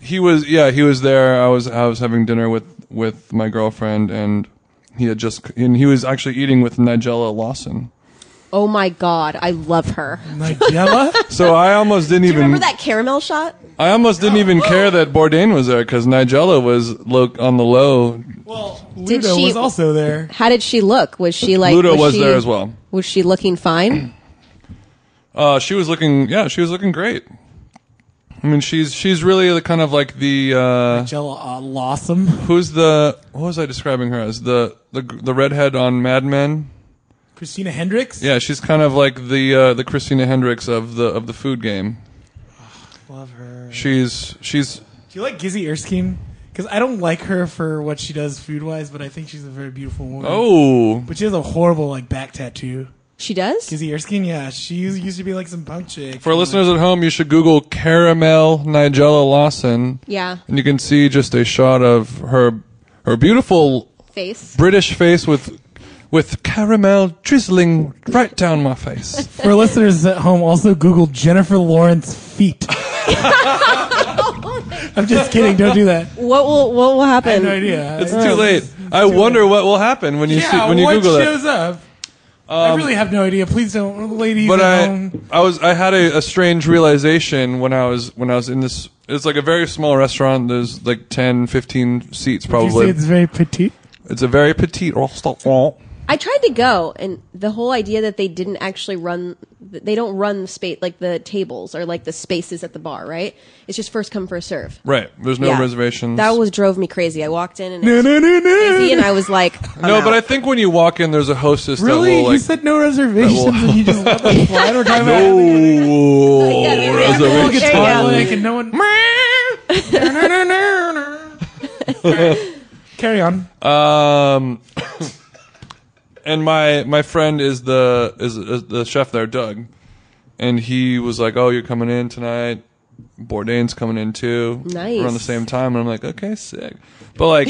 Speaker 5: he was yeah he was there i was i was having dinner with with my girlfriend and he had just and he was actually eating with nigella lawson
Speaker 7: Oh my God, I love her.
Speaker 6: Nigella.
Speaker 5: so i almost
Speaker 7: Uh,
Speaker 5: didn't
Speaker 7: Do you
Speaker 5: even
Speaker 7: remember that caramel shot?
Speaker 5: i almost didn't even care that bourdain was there because nigella was lo- on the low
Speaker 6: well, Ludo
Speaker 7: Did she-
Speaker 6: was also there.
Speaker 7: How did she look? Was she like
Speaker 5: Ludo was
Speaker 7: she-
Speaker 5: there as well.
Speaker 7: Was she looking fine?
Speaker 5: uh she was looking yeah she was looking great i mean she's she's really the kind of like the uh
Speaker 6: Nigella uh, Lawson.
Speaker 5: who's the what was i describing her as the the, the redhead on mad men
Speaker 6: Christina Hendricks.
Speaker 5: yeah she's kind of like the uh the christina hendricks of the of the food game
Speaker 6: Love her.
Speaker 5: She's she's
Speaker 6: Do you like Gizzy Erskine? Because I don't like her for what she does food wise, but I think she's a very beautiful woman.
Speaker 5: oh
Speaker 6: But she has a horrible like back tattoo.
Speaker 7: She does.
Speaker 6: Gizzy Erskine, yeah, she used used to be like some punk chick.
Speaker 5: for listeners at home, you should Google caramel Nigella Lawson,
Speaker 7: Yeah.
Speaker 5: and you can see just a shot of her her beautiful
Speaker 7: Face.
Speaker 5: British face with with caramel drizzling right down my face.
Speaker 6: for listeners at home, also Google Jennifer Lawrence feet. I'm just kidding. Don't do that.
Speaker 7: What will what will happen?
Speaker 6: I have no idea.
Speaker 5: It's too late. I wonder what will happen when you
Speaker 6: Yeah,
Speaker 5: see, when you
Speaker 6: what
Speaker 5: Google
Speaker 6: shows
Speaker 5: that.
Speaker 6: up? I really have no idea. Please don't, ladies
Speaker 5: But
Speaker 6: at
Speaker 5: I
Speaker 6: home.
Speaker 5: I was I had a, a strange realization when I was when I was in this. It's like a very small restaurant. There's like 10, 15 seats
Speaker 6: You say
Speaker 5: probably.
Speaker 6: it's very petite.
Speaker 5: It's a very petite restaurant.
Speaker 7: I tried to go, and the whole idea that they didn't actually run, th- they don't run the space like the tables or like the spaces at the bar, right? It's just first come first serve.
Speaker 5: Right. There's no
Speaker 7: Yeah.
Speaker 5: reservations.
Speaker 7: That was drove me crazy. I walked in and it was crazy, and I was like,
Speaker 5: no, but I think when you walk in, there's a hostess.
Speaker 6: Really?
Speaker 5: That will, like,
Speaker 6: you said no reservations
Speaker 5: that will-
Speaker 6: and you just let them slide? We're talking about
Speaker 5: no
Speaker 6: Well,
Speaker 5: reservations.
Speaker 7: There you
Speaker 6: guitar
Speaker 7: go.
Speaker 6: lick and no one. Carry on.
Speaker 5: Uh, Um, and my my friend is the is, is the chef there, Doug, and he was like, "Oh, you're coming in tonight. Bourdain's coming in too.
Speaker 7: Nice.
Speaker 5: Around the same time." And I'm like, "Okay, sick." But like,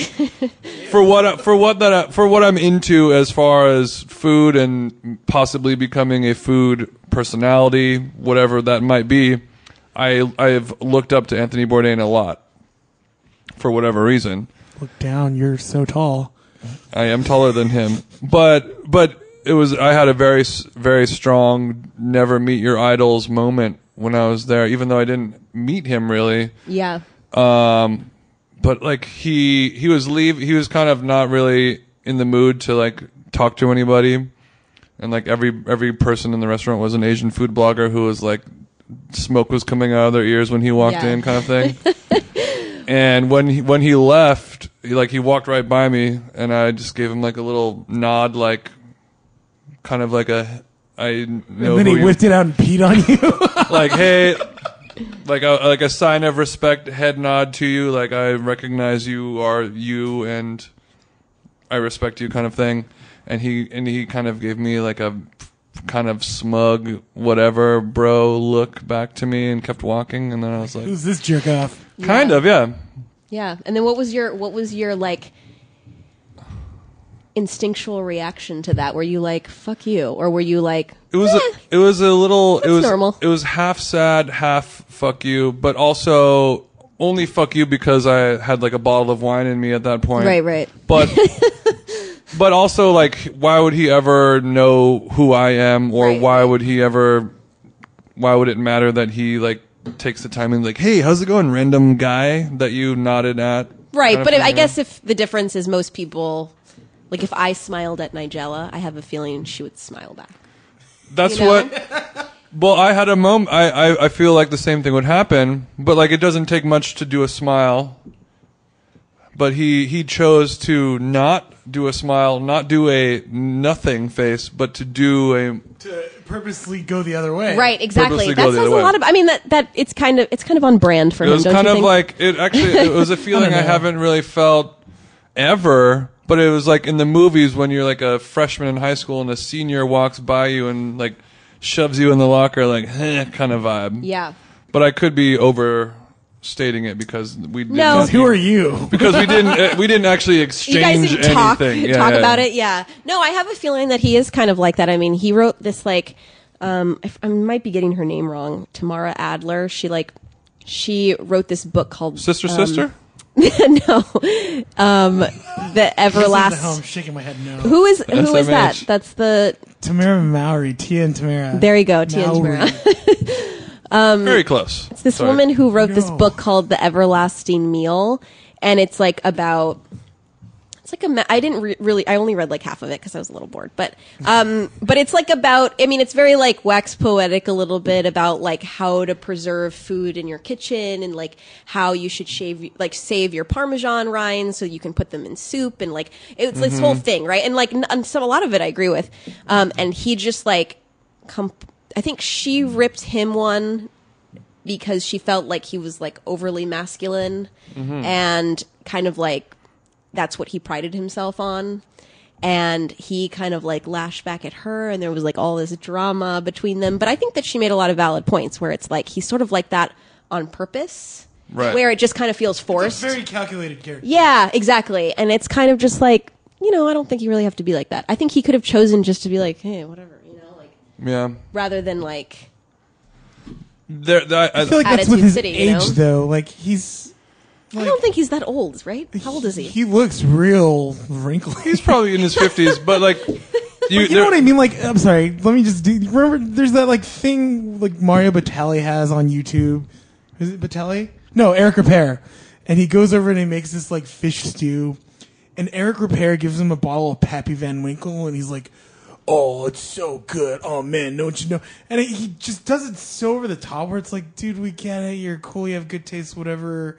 Speaker 5: for what I- for what that I- for what I'm into as far as food and possibly becoming a food personality, whatever that might be, I I've looked up to Anthony Bourdain a lot. For whatever reason,
Speaker 6: Look down. You're so tall.
Speaker 5: I am taller than him, but but it was I had a very s- very strong never meet your idols moment when I was there, even though I didn't meet him really.
Speaker 7: yeah,
Speaker 5: Um, but like he he was leave he was kind of not really in the mood to like talk to anybody, and like every every person in the restaurant was an Asian food blogger who was like smoke was coming out of their ears when he walked
Speaker 7: Yeah.
Speaker 5: in, kind of thing. and when he, when he left, he, like he walked right by me, and I just gave him like a little nod, like kind of like a I know
Speaker 6: and then
Speaker 5: who
Speaker 6: he
Speaker 5: you
Speaker 6: whipped it out and peed on you.
Speaker 5: like hey like a like a sign of respect head nod to you like i recognize you are you and i respect you kind of thing and he and he kind of gave me like a kind of smug whatever bro look back to me and kept walking and then i was like
Speaker 6: Who's this jerk off?
Speaker 5: kind of yeah
Speaker 7: yeah. And then what was your what was your like instinctual reaction to that? Were you like fuck you, or were you like "Eh."
Speaker 5: it was a, it was a little it was
Speaker 7: normal.
Speaker 5: it was half sad half fuck you but also only fuck you because i had like a bottle of wine in me at that point
Speaker 7: Right, right.
Speaker 5: but but also like why would he ever know who i am or
Speaker 7: Right.
Speaker 5: why would he ever why would it matter that he like takes the time and like hey how's it going random guy that you nodded at
Speaker 7: right?
Speaker 5: Kind of
Speaker 7: But
Speaker 5: thing,
Speaker 7: I
Speaker 5: you know?
Speaker 7: guess if the difference is most people, like if I smiled at Nigella, I have a feeling she would smile back.
Speaker 5: That's
Speaker 7: You know?
Speaker 5: what. Well, I had a moment. I, I, I feel like the same thing would happen, but like it doesn't take much to do a smile. But he he chose to not do a smile, not do a nothing face, but to do a
Speaker 6: To purposely go the other way.
Speaker 7: Right, exactly.
Speaker 5: Purposely
Speaker 7: That
Speaker 5: go the
Speaker 7: says a
Speaker 5: other way.
Speaker 7: lot of. I mean, that that it's kind of it's kind of on brand for
Speaker 5: It
Speaker 7: him.
Speaker 5: was
Speaker 7: don't
Speaker 5: kind
Speaker 7: you
Speaker 5: of
Speaker 7: think?
Speaker 5: like it actually. It was a feeling I,
Speaker 6: know.
Speaker 5: haven't really felt ever, but it was like in the movies when you're like a freshman in high school and a senior walks by you and like shoves you in the locker, like eh, kind of vibe.
Speaker 7: Yeah.
Speaker 5: But I could be overstating it because we did
Speaker 7: No.
Speaker 5: not-
Speaker 6: Who are you?
Speaker 5: because we didn't uh, we didn't actually exchange
Speaker 7: You guys didn't talk
Speaker 5: anything. Yeah,
Speaker 7: talk
Speaker 5: yeah.
Speaker 7: about it. Yeah. No, I have a feeling that he is kind of like that. I mean, he wrote this like um I, f- I might be getting her name wrong. Tamara Adler. She like she wrote this book called
Speaker 5: Sister,
Speaker 7: um,
Speaker 5: sister.
Speaker 7: no, um, the
Speaker 6: How I'm
Speaker 7: Everlast.
Speaker 6: shaking my head no.
Speaker 7: Who is who is that?
Speaker 5: SMH.
Speaker 7: That's the
Speaker 6: Tamara Mowry, Tia and Tamara.
Speaker 7: There you go, Tia and
Speaker 6: Mowry.
Speaker 5: Very close.
Speaker 7: um, It's this
Speaker 5: Sorry.
Speaker 7: woman who wrote this
Speaker 6: No.
Speaker 7: book called The Everlasting Meal, and it's like about. It's like a. ma- I didn't re- really. I only read like half of it because I was a little bored. But, um, but it's like about. I mean, it's very like wax poetic a little bit about like how to preserve food in your kitchen and like how you should shave like save your parmesan rinds so you can put them in soup and like it's this whole thing, right? And like n- and some a lot of it I agree with. Um, and he just like, com- I think she ripped him one because she felt like he was like overly masculine
Speaker 6: Mm-hmm.
Speaker 7: and kind of like that's what he prided himself on and he kind of like lashed back at her and there was like all this drama between them but i think that she made a lot of valid points where it's like he's sort of like that on purpose
Speaker 5: Right.
Speaker 7: where it just kind of feels forced
Speaker 6: Very calculated character.
Speaker 7: yeah exactly and it's kind of just like you know i don't think you really have to be like that i think he could have chosen just to be like hey whatever you know like
Speaker 5: Yeah.
Speaker 7: rather than like
Speaker 5: There, I, I,
Speaker 6: I feel like that's
Speaker 7: Attitude
Speaker 6: with his
Speaker 7: City, you
Speaker 6: age,
Speaker 7: know?
Speaker 6: though. Like he's.
Speaker 7: i don't think he's that old right how old is
Speaker 6: He looks real wrinkly.
Speaker 5: he's probably in his fifties, but like, you,
Speaker 6: you know what I mean? Like, I'm sorry. Let me just do. Remember, there's that like thing like Mario Batali has on YouTube. Is it Batali? No, Eric Repair. And he goes over and he makes this like fish stew. And Eric Repair gives him a bottle of Pappy Van Winkle, and he's like, "Oh, it's so good. Oh man, don't you know?" And he just does it so over the top where it's like, "Dude, we get it. You're cool. You have good taste. Whatever."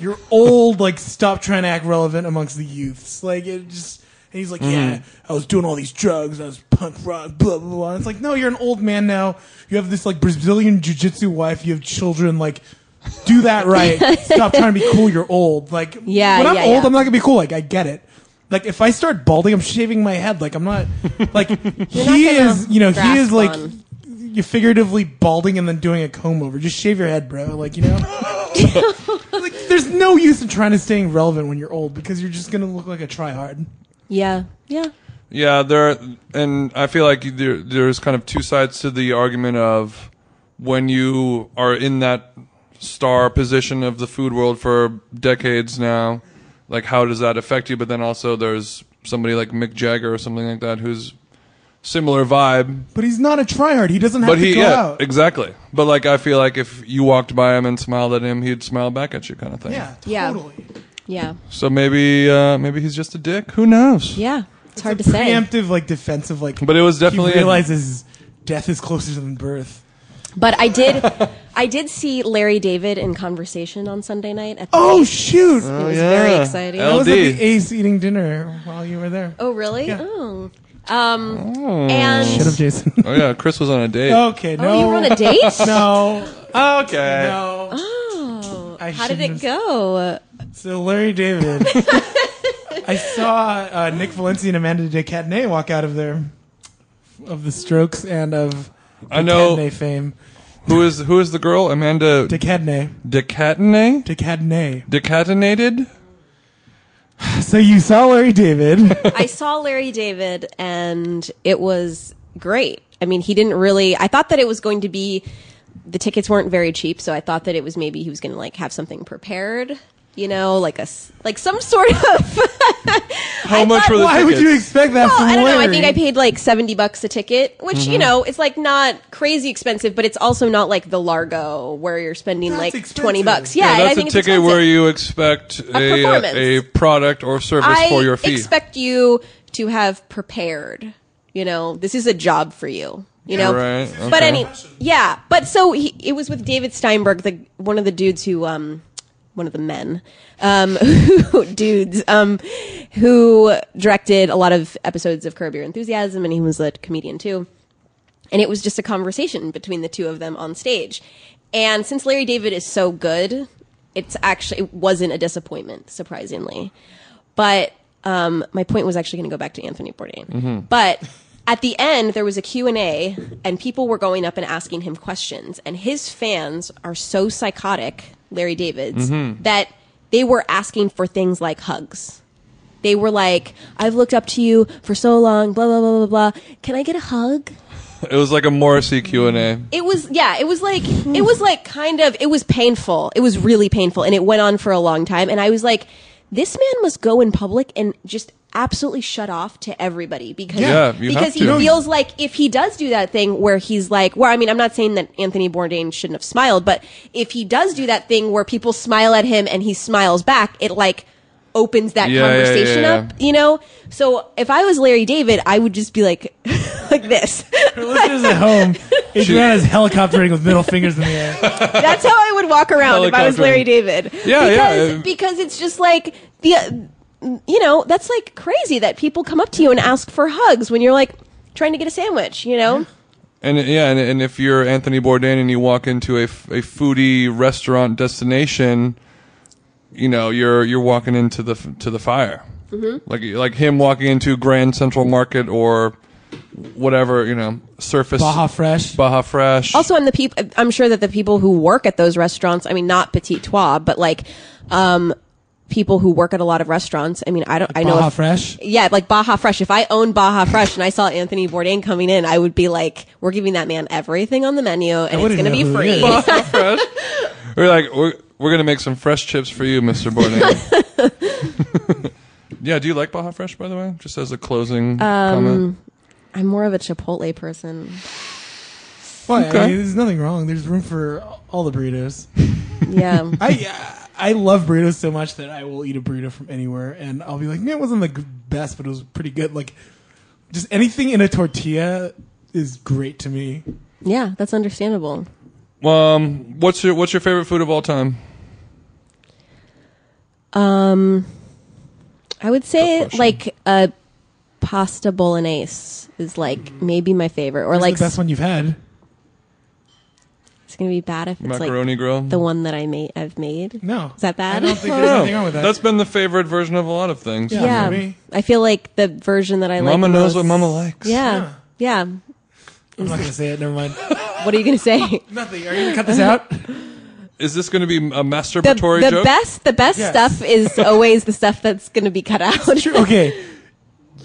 Speaker 6: You're old. Like, stop trying to act relevant amongst the youths. Like, it just. And he's
Speaker 7: Mm-hmm.
Speaker 6: like, yeah, I was doing all these drugs. I was punk rock, blah, blah, blah. And it's like, no, you're an old man now. You have this, like, Brazilian jiu jitsu wife. You have children. Like, do that right. Stop trying to be cool. You're old. Like,
Speaker 7: Yeah,
Speaker 6: when I'm
Speaker 7: yeah,
Speaker 6: old,
Speaker 7: yeah.
Speaker 6: I'm not going to be cool. Like, I get it. Like, if I start balding, I'm shaving my head. Like, I'm not, like, he
Speaker 7: not gonna
Speaker 6: is, you know, he
Speaker 7: grasp
Speaker 6: is, like,
Speaker 7: on.
Speaker 6: you figuratively balding and then doing a comb over. Just shave your head, bro. Like, you know? like, there's no use in trying to stay relevant when you're old because you're just going to look like a tryhard.
Speaker 7: he yeah yeah
Speaker 5: Yeah, there, and I feel like there, there's kind of two sides to the argument of when you are in that star position of the food world for decades now, like how does that affect you? But then also there's somebody like Mick Jagger or something like that who's similar vibe,
Speaker 6: But he's not a tryhard. He doesn't have
Speaker 5: but
Speaker 6: to
Speaker 5: he
Speaker 6: go
Speaker 5: yeah
Speaker 6: out.
Speaker 5: exactly. But like I feel like if you walked by him and smiled at him, he'd smile back at you, kind of thing.
Speaker 6: Yeah,
Speaker 7: Yeah.
Speaker 6: totally.
Speaker 7: yeah
Speaker 5: So maybe uh, maybe he's just a dick. Who knows?
Speaker 7: Yeah, it's, hard to
Speaker 6: It's a
Speaker 7: say.
Speaker 6: Preemptive, like defensive, like.
Speaker 5: But it was definitely a-
Speaker 6: He realizes death is closer than birth.
Speaker 7: but I did, I did see Larry David in conversation on Sunday night. At the
Speaker 6: Oh
Speaker 7: Ace.
Speaker 6: shoot!
Speaker 7: it was
Speaker 5: yeah.
Speaker 7: very exciting.
Speaker 5: Oh,
Speaker 6: I was at
Speaker 5: LD.
Speaker 6: the Ace eating dinner while you were there.
Speaker 7: Oh really?
Speaker 6: Yeah. Oh.
Speaker 7: Oh, um, and
Speaker 6: Shut up, Jason.
Speaker 5: Oh yeah, Chris was on a date.
Speaker 6: okay, no.
Speaker 7: oh, you were on a date?
Speaker 6: No.
Speaker 5: Okay.
Speaker 6: No.
Speaker 7: Oh,
Speaker 6: I
Speaker 7: how did
Speaker 6: shouldn't
Speaker 7: it go?
Speaker 6: So Larry David. I saw uh, Nick Valencia and Amanda de Cadenet walk out of there, of the Strokes and of
Speaker 5: I know-
Speaker 6: Cadenet fame.
Speaker 5: Who is who is the girl? Amanda
Speaker 6: De Cadenet.
Speaker 5: Decatinate?
Speaker 6: De Cadenet.
Speaker 5: Decatinated?
Speaker 6: So you saw Larry David.
Speaker 7: I saw Larry David, and it was great. I mean, he didn't really. I thought that it was going to be. The tickets weren't very cheap, so I thought that it was maybe he was going to like have something prepared. You know, like a s- like some sort of.
Speaker 5: How much
Speaker 7: thought-
Speaker 5: were the
Speaker 6: Why would
Speaker 5: tickets?
Speaker 6: you expect that
Speaker 7: Well,
Speaker 6: from
Speaker 7: I don't know. I
Speaker 6: Larry?
Speaker 7: think I paid like seventy bucks a ticket, which you
Speaker 5: Mm-hmm.
Speaker 7: know, it's like not crazy expensive, but it's also not like the Largo where you're spending
Speaker 6: That's
Speaker 7: like
Speaker 6: expensive.
Speaker 7: twenty bucks. Yeah,
Speaker 5: Yeah,
Speaker 7: and I
Speaker 5: that's a
Speaker 7: think
Speaker 5: ticket
Speaker 7: it's expensive.
Speaker 5: where you expect a, uh,
Speaker 7: performance.
Speaker 5: a product or service
Speaker 7: I
Speaker 5: for your fee.
Speaker 7: expect you to have prepared. You know, this is a job for you. You know,
Speaker 5: Right,
Speaker 7: but
Speaker 5: okay.
Speaker 7: any, yeah, but so he, it was with David Steinberg, the one of the dudes who, um, one of the men, um, who, dudes, um, who directed a lot of episodes of Curb Your Enthusiasm, and he was a comedian too and it was just a conversation between the two of them on stage. And since Larry David is so good, it's actually it wasn't a disappointment, surprisingly. But um, my point was actually going to go back to Anthony Bourdain. But at the end, there was a Q&A, and people were going up and asking him questions. And his fans are so psychotic, Larry David's, that they were asking for things like hugs. They were like, I've looked up to you for so long, blah, blah, blah, blah, blah. Can I get a hug?
Speaker 5: It was like a Morrissey Q and A.
Speaker 7: it was yeah it was like it was like kind of it was painful it was really painful and it went on for a long time and i was like this man must go in public and just absolutely shut off to everybody because
Speaker 5: Yeah, you have
Speaker 7: because he
Speaker 5: to.
Speaker 7: feels like if he does do that thing where he's like well i mean i'm not saying that anthony bourdain shouldn't have smiled but if he does do that thing where people smile at him and he smiles back it like opens that
Speaker 5: Yeah, yeah, yeah,
Speaker 7: conversation
Speaker 5: yeah.
Speaker 7: up you know so if i was larry david i would just be like like this
Speaker 6: listeners at home, Adriana is helicoptering with middle fingers in the air.
Speaker 7: That's how I would walk around if I was
Speaker 5: Helicopter.
Speaker 7: Larry David.
Speaker 5: Yeah, yeah,
Speaker 7: because,
Speaker 5: uh,
Speaker 7: Because it's just like the, you know, that's like crazy that people come up to you and ask for hugs when you're like trying to get a sandwich. You know,
Speaker 5: And yeah, and, and if you're Anthony Bourdain and you walk into a, f- a foodie restaurant destination, you know you're you're walking into the f- to the fire,
Speaker 7: Mm-hmm.
Speaker 5: like like him walking into Grand Central Market or whatever you know surface
Speaker 6: Baja Fresh.
Speaker 5: Baja Fresh.
Speaker 7: also I'm the people. I'm sure that the people who work at those restaurants. I mean, not petit trois, but like, um, people who work at a lot of restaurants. I mean, I don't. I know.
Speaker 6: Baja
Speaker 7: if-
Speaker 6: Fresh.
Speaker 7: Yeah, like Baja Fresh. If I owned Baja Fresh and I saw Anthony Bourdain coming in, I would be like, "We're giving that man everything on the menu, and it's
Speaker 6: wouldn't
Speaker 7: going to
Speaker 6: know
Speaker 7: be
Speaker 6: who he
Speaker 7: free."
Speaker 6: is.
Speaker 5: Baja Fresh. We're like we're we're gonna make some fresh chips for you, Mr. Bourdain. yeah, do you like Baja Fresh by the way? Just as a closing
Speaker 7: Um,
Speaker 5: comment.
Speaker 7: I'm more of a Chipotle person.
Speaker 6: Why? I
Speaker 5: Okay.
Speaker 6: mean, there's nothing wrong. There's room for all the burritos.
Speaker 7: Yeah.
Speaker 6: I I love burritos so much that I will eat a burrito from anywhere, and I'll be like, man, it wasn't the g- best, but it was pretty good. Like, just anything in a tortilla is great to me.
Speaker 7: Yeah, that's understandable.
Speaker 5: Um, what's your what's your favorite food of all time?
Speaker 7: Um, I would say
Speaker 5: Good question.
Speaker 7: like a pasta bolognese is like
Speaker 5: Mm.
Speaker 7: maybe my favorite, or
Speaker 6: It's
Speaker 7: like
Speaker 6: the best one you've had.
Speaker 7: it's gonna be bad if it's
Speaker 5: Macaroni
Speaker 7: like
Speaker 5: grill. Oh,
Speaker 7: the one that I made. I've made.
Speaker 6: No,
Speaker 7: Is that bad?
Speaker 6: I don't think
Speaker 5: No,
Speaker 6: there's anything wrong with that.
Speaker 5: That's been the favorite version of a lot of things.
Speaker 6: Yeah.
Speaker 7: Yeah,
Speaker 6: for me.
Speaker 7: I feel like the version that I like.
Speaker 5: Mama
Speaker 7: the
Speaker 5: knows what
Speaker 7: most-
Speaker 5: Mama likes.
Speaker 7: Yeah, yeah.
Speaker 6: I'm not gonna say it. Never mind.
Speaker 7: What are you gonna say?
Speaker 6: Nothing. Are you gonna cut this out?
Speaker 5: Is this going to be a
Speaker 7: The,
Speaker 5: masturbatory
Speaker 7: the
Speaker 5: joke?
Speaker 7: best, the best
Speaker 6: Yes.
Speaker 7: stuff is always the stuff that's gonna be cut out.
Speaker 6: okay.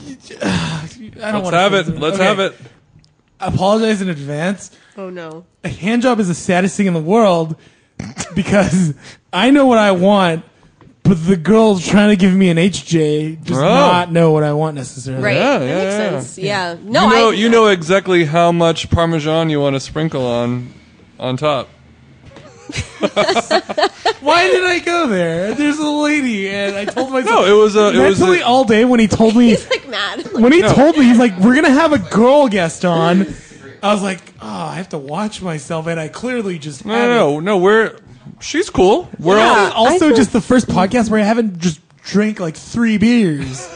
Speaker 6: I don't
Speaker 5: Let's
Speaker 6: wanna
Speaker 5: have
Speaker 6: say
Speaker 5: it.
Speaker 6: this.
Speaker 5: Let's
Speaker 6: Okay.
Speaker 5: have it.
Speaker 6: I apologize in advance.
Speaker 7: Oh no.
Speaker 6: a hand job is the saddest thing in the world because I know what I want, but the girl trying to give me an HJ does
Speaker 5: Oh.
Speaker 6: not know what I want necessarily.
Speaker 7: Right.
Speaker 5: Yeah,
Speaker 7: that
Speaker 5: yeah,
Speaker 7: makes
Speaker 5: yeah.
Speaker 7: sense. Yeah. No,
Speaker 5: you know,
Speaker 7: I.
Speaker 5: you know exactly how much parmesan you want to sprinkle on, on top.
Speaker 6: Why did I go there? There's a lady, and I told myself.
Speaker 5: No, it was a. It was
Speaker 6: mentally
Speaker 5: a,
Speaker 6: all day when he told me.
Speaker 7: He's like mad.
Speaker 6: when he
Speaker 5: No.
Speaker 6: told me, he's like, "We're gonna have a girl guest on." I was like, "Oh, I have to watch myself," and I clearly just
Speaker 5: no, no, no, no. We're. She's cool. We're all.
Speaker 6: This is also
Speaker 7: I feel-
Speaker 6: just the first podcast where I haven't just drank like three beers.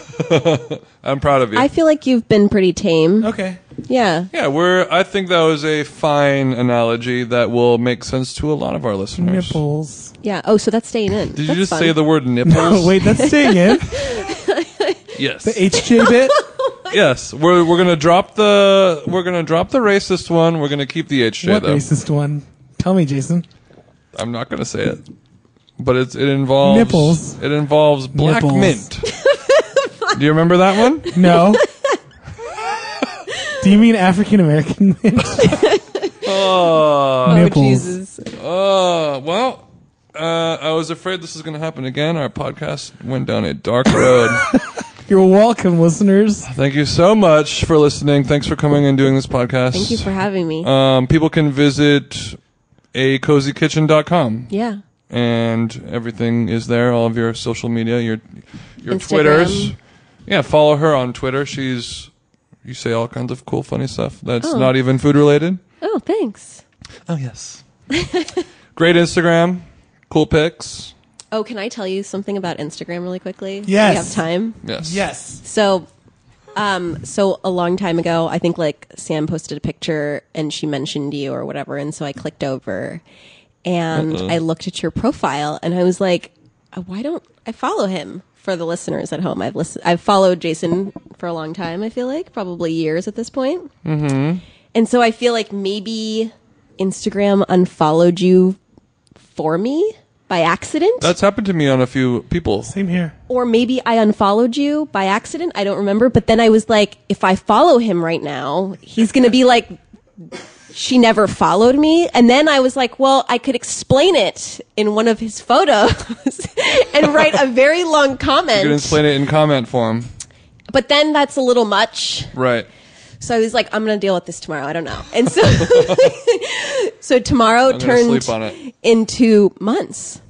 Speaker 5: I'm proud of you.
Speaker 7: I feel like you've been pretty tame.
Speaker 6: Okay,
Speaker 7: Yeah.
Speaker 5: yeah, we're. I think that was a fine analogy that will make sense to a lot of our listeners.
Speaker 6: nipples.
Speaker 7: Yeah. Oh, so that's staying in.
Speaker 5: Did you
Speaker 7: That's
Speaker 5: just
Speaker 7: fun.
Speaker 5: say the word nipples?
Speaker 6: No, wait, that's staying in.
Speaker 5: Yes.
Speaker 6: HJ bit.
Speaker 5: yes. We're we're gonna drop the we're gonna drop the racist one. We're gonna keep the HJ
Speaker 6: what
Speaker 5: though.
Speaker 6: racist one? Tell me, Jason.
Speaker 5: I'm not gonna say it. But it's it involves
Speaker 6: Nipples.
Speaker 5: It involves black
Speaker 6: Nipples.
Speaker 5: mint. Do you remember that one?
Speaker 6: No. Do you mean African American?
Speaker 5: Oh,
Speaker 7: Oh,
Speaker 6: nipples.
Speaker 7: Jesus.
Speaker 5: uh, well, uh, I was afraid this was gonna happen again. Our podcast went down a dark road.
Speaker 6: You're welcome, listeners.
Speaker 5: Thank you so much for listening. Thanks for coming and doing this podcast.
Speaker 7: Thank you for having me.
Speaker 5: um, people can visit acozykitchen.com.
Speaker 7: yeah.
Speaker 5: and everything is there. All of your social media, your your
Speaker 7: Instagram.
Speaker 5: Twitters. Yeah, follow her on Twitter. She's you say all kinds of cool, funny stuff that's
Speaker 7: Oh.
Speaker 5: not even food related.
Speaker 7: Oh, thanks.
Speaker 5: Oh yes. Great Instagram, cool pics.
Speaker 7: Oh, can I tell you something about Instagram really quickly?
Speaker 6: Yes.
Speaker 7: We have time.
Speaker 5: Yes.
Speaker 6: Yes.
Speaker 7: So, um, so a long time ago, I think like Sam posted a picture and she mentioned you or whatever, and so I clicked over, and "Uh, I looked at your profile and I was like, why don't I follow him? for the listeners at home, I've listened, I've followed Jason for a long time. I feel like probably years at this point, mm-hmm. and so I feel like maybe Instagram unfollowed you for me by accident,
Speaker 5: That's happened to me on a few people.
Speaker 6: Same here.
Speaker 7: or maybe I unfollowed you by accident. I don't remember, but then I was like, if I follow him right now, he's going to be like. She never followed me. And then I was like, well, I could explain it in one of his photos and write a very long comment.
Speaker 5: You can explain it in comment form.
Speaker 7: but then that's a little much.
Speaker 5: Right.
Speaker 7: So I was like, I'm gonna deal with this tomorrow. I don't know. And so, so tomorrow
Speaker 5: gonna
Speaker 7: turned
Speaker 5: sleep on it.
Speaker 7: into months.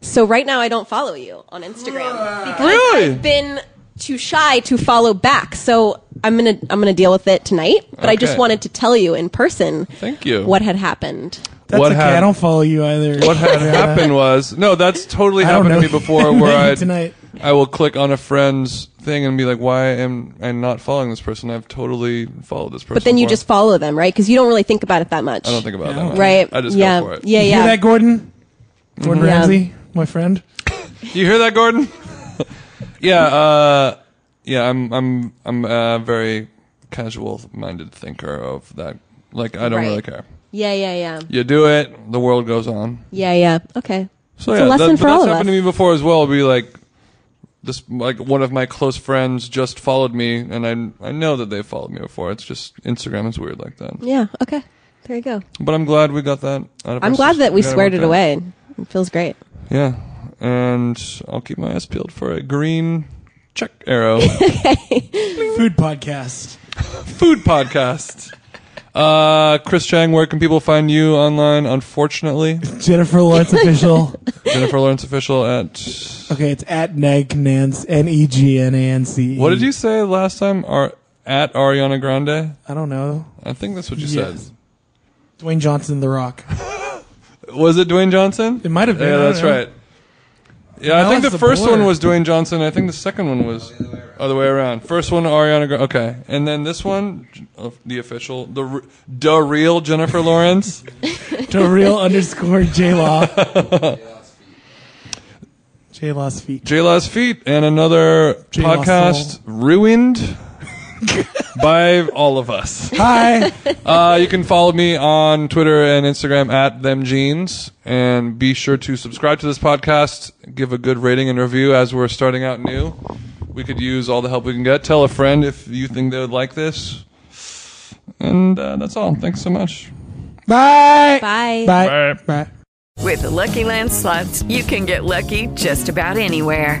Speaker 7: So right now I don't follow you on Instagram because
Speaker 5: Really?
Speaker 7: I've been too shy to follow back. So I'm gonna I'm gonna deal with it tonight. But I just
Speaker 5: Okay.
Speaker 7: wanted to tell you in person.
Speaker 5: Thank you.
Speaker 7: What had happened?
Speaker 6: That's
Speaker 5: What
Speaker 6: okay.
Speaker 5: hap-
Speaker 6: I don't follow you either.
Speaker 5: What had happened was no, that's totally
Speaker 6: I don't
Speaker 5: happened to
Speaker 6: know
Speaker 5: me
Speaker 6: you.
Speaker 5: before.
Speaker 6: Met
Speaker 5: Where
Speaker 6: you
Speaker 5: I
Speaker 6: tonight.
Speaker 5: I will click on a friend's thing and be like, why am I not following this person? I've totally followed this person.
Speaker 7: But then you
Speaker 5: before.
Speaker 7: just follow them, right? Because you don't really think about it that much.
Speaker 5: I don't think about that.
Speaker 7: Right?
Speaker 5: I just
Speaker 7: yeah.
Speaker 5: go for it.
Speaker 7: Yeah.
Speaker 6: You
Speaker 7: Yeah.
Speaker 6: hear that, Gordon? Gordon
Speaker 7: Yeah.
Speaker 6: Ramsay, my friend.
Speaker 5: You hear that, Gordon? yeah. Uh, yeah. I'm. I'm. I'm a very casual-minded thinker of that. Like I don't
Speaker 7: Right.
Speaker 5: really care.
Speaker 7: yeah. Yeah. Yeah.
Speaker 5: You do it. The world goes on.
Speaker 7: Yeah. Yeah. Okay.
Speaker 5: So
Speaker 7: It's a
Speaker 5: yeah,
Speaker 7: lesson
Speaker 5: that,
Speaker 7: for
Speaker 5: but
Speaker 7: all
Speaker 5: that's
Speaker 7: of
Speaker 5: happened
Speaker 7: us.
Speaker 5: to me before as well. Be like, this like one of my close friends just followed me, and I I know that they followed me before. It's just Instagram is weird like that.
Speaker 7: Yeah. Okay. There you go.
Speaker 5: But I'm glad we got that. Out of
Speaker 7: I'm
Speaker 5: our
Speaker 7: glad
Speaker 5: system.
Speaker 7: that we
Speaker 5: got
Speaker 7: squared
Speaker 5: worked
Speaker 7: it
Speaker 5: out.
Speaker 7: away. It feels great.
Speaker 5: Yeah, and I'll keep my eyes peeled for a green check arrow.
Speaker 6: Food podcast.
Speaker 5: Food podcast. Uh, Chris Chang, where can people find you online? Unfortunately,
Speaker 6: Jennifer Lawrence official.
Speaker 5: Jennifer Lawrence official at
Speaker 6: Okay, it's at Neg Nance. N E G N A N C. E.
Speaker 5: what did you say last time? Are at Ariana Grande?
Speaker 6: I don't know.
Speaker 5: I think that's what you said.
Speaker 6: Yes. Dwayne Johnson, The Rock.
Speaker 5: Was it Dwayne Johnson?
Speaker 6: It might have been,
Speaker 5: Yeah,
Speaker 6: I don't
Speaker 5: that's
Speaker 6: know.
Speaker 5: right. Yeah, I
Speaker 6: Now
Speaker 5: think
Speaker 6: it's
Speaker 5: the
Speaker 6: the
Speaker 5: first
Speaker 6: blur.
Speaker 5: one was Dwayne Johnson. I think the second one was other way around. First one Ariana. Gra- okay, and then this one, uh, the official, the r- the real Jennifer Lawrence.
Speaker 6: to real underscore J Law. J Law's feet.
Speaker 5: J Law's feet and another
Speaker 6: J Law's
Speaker 5: podcast
Speaker 6: soul.
Speaker 5: ruined by all of us.
Speaker 6: Hi.
Speaker 5: Uh, you can follow me on Twitter and Instagram at themjeans, and be sure to subscribe to this podcast. Give a good rating and review as we're starting out new. We could use all the help we can get. Tell a friend if you think they would like this. And uh, that's all. Thanks so much.
Speaker 6: Bye.
Speaker 7: Bye.
Speaker 6: Bye. Bye.
Speaker 8: With the Lucky Land slots, you can get lucky just about anywhere.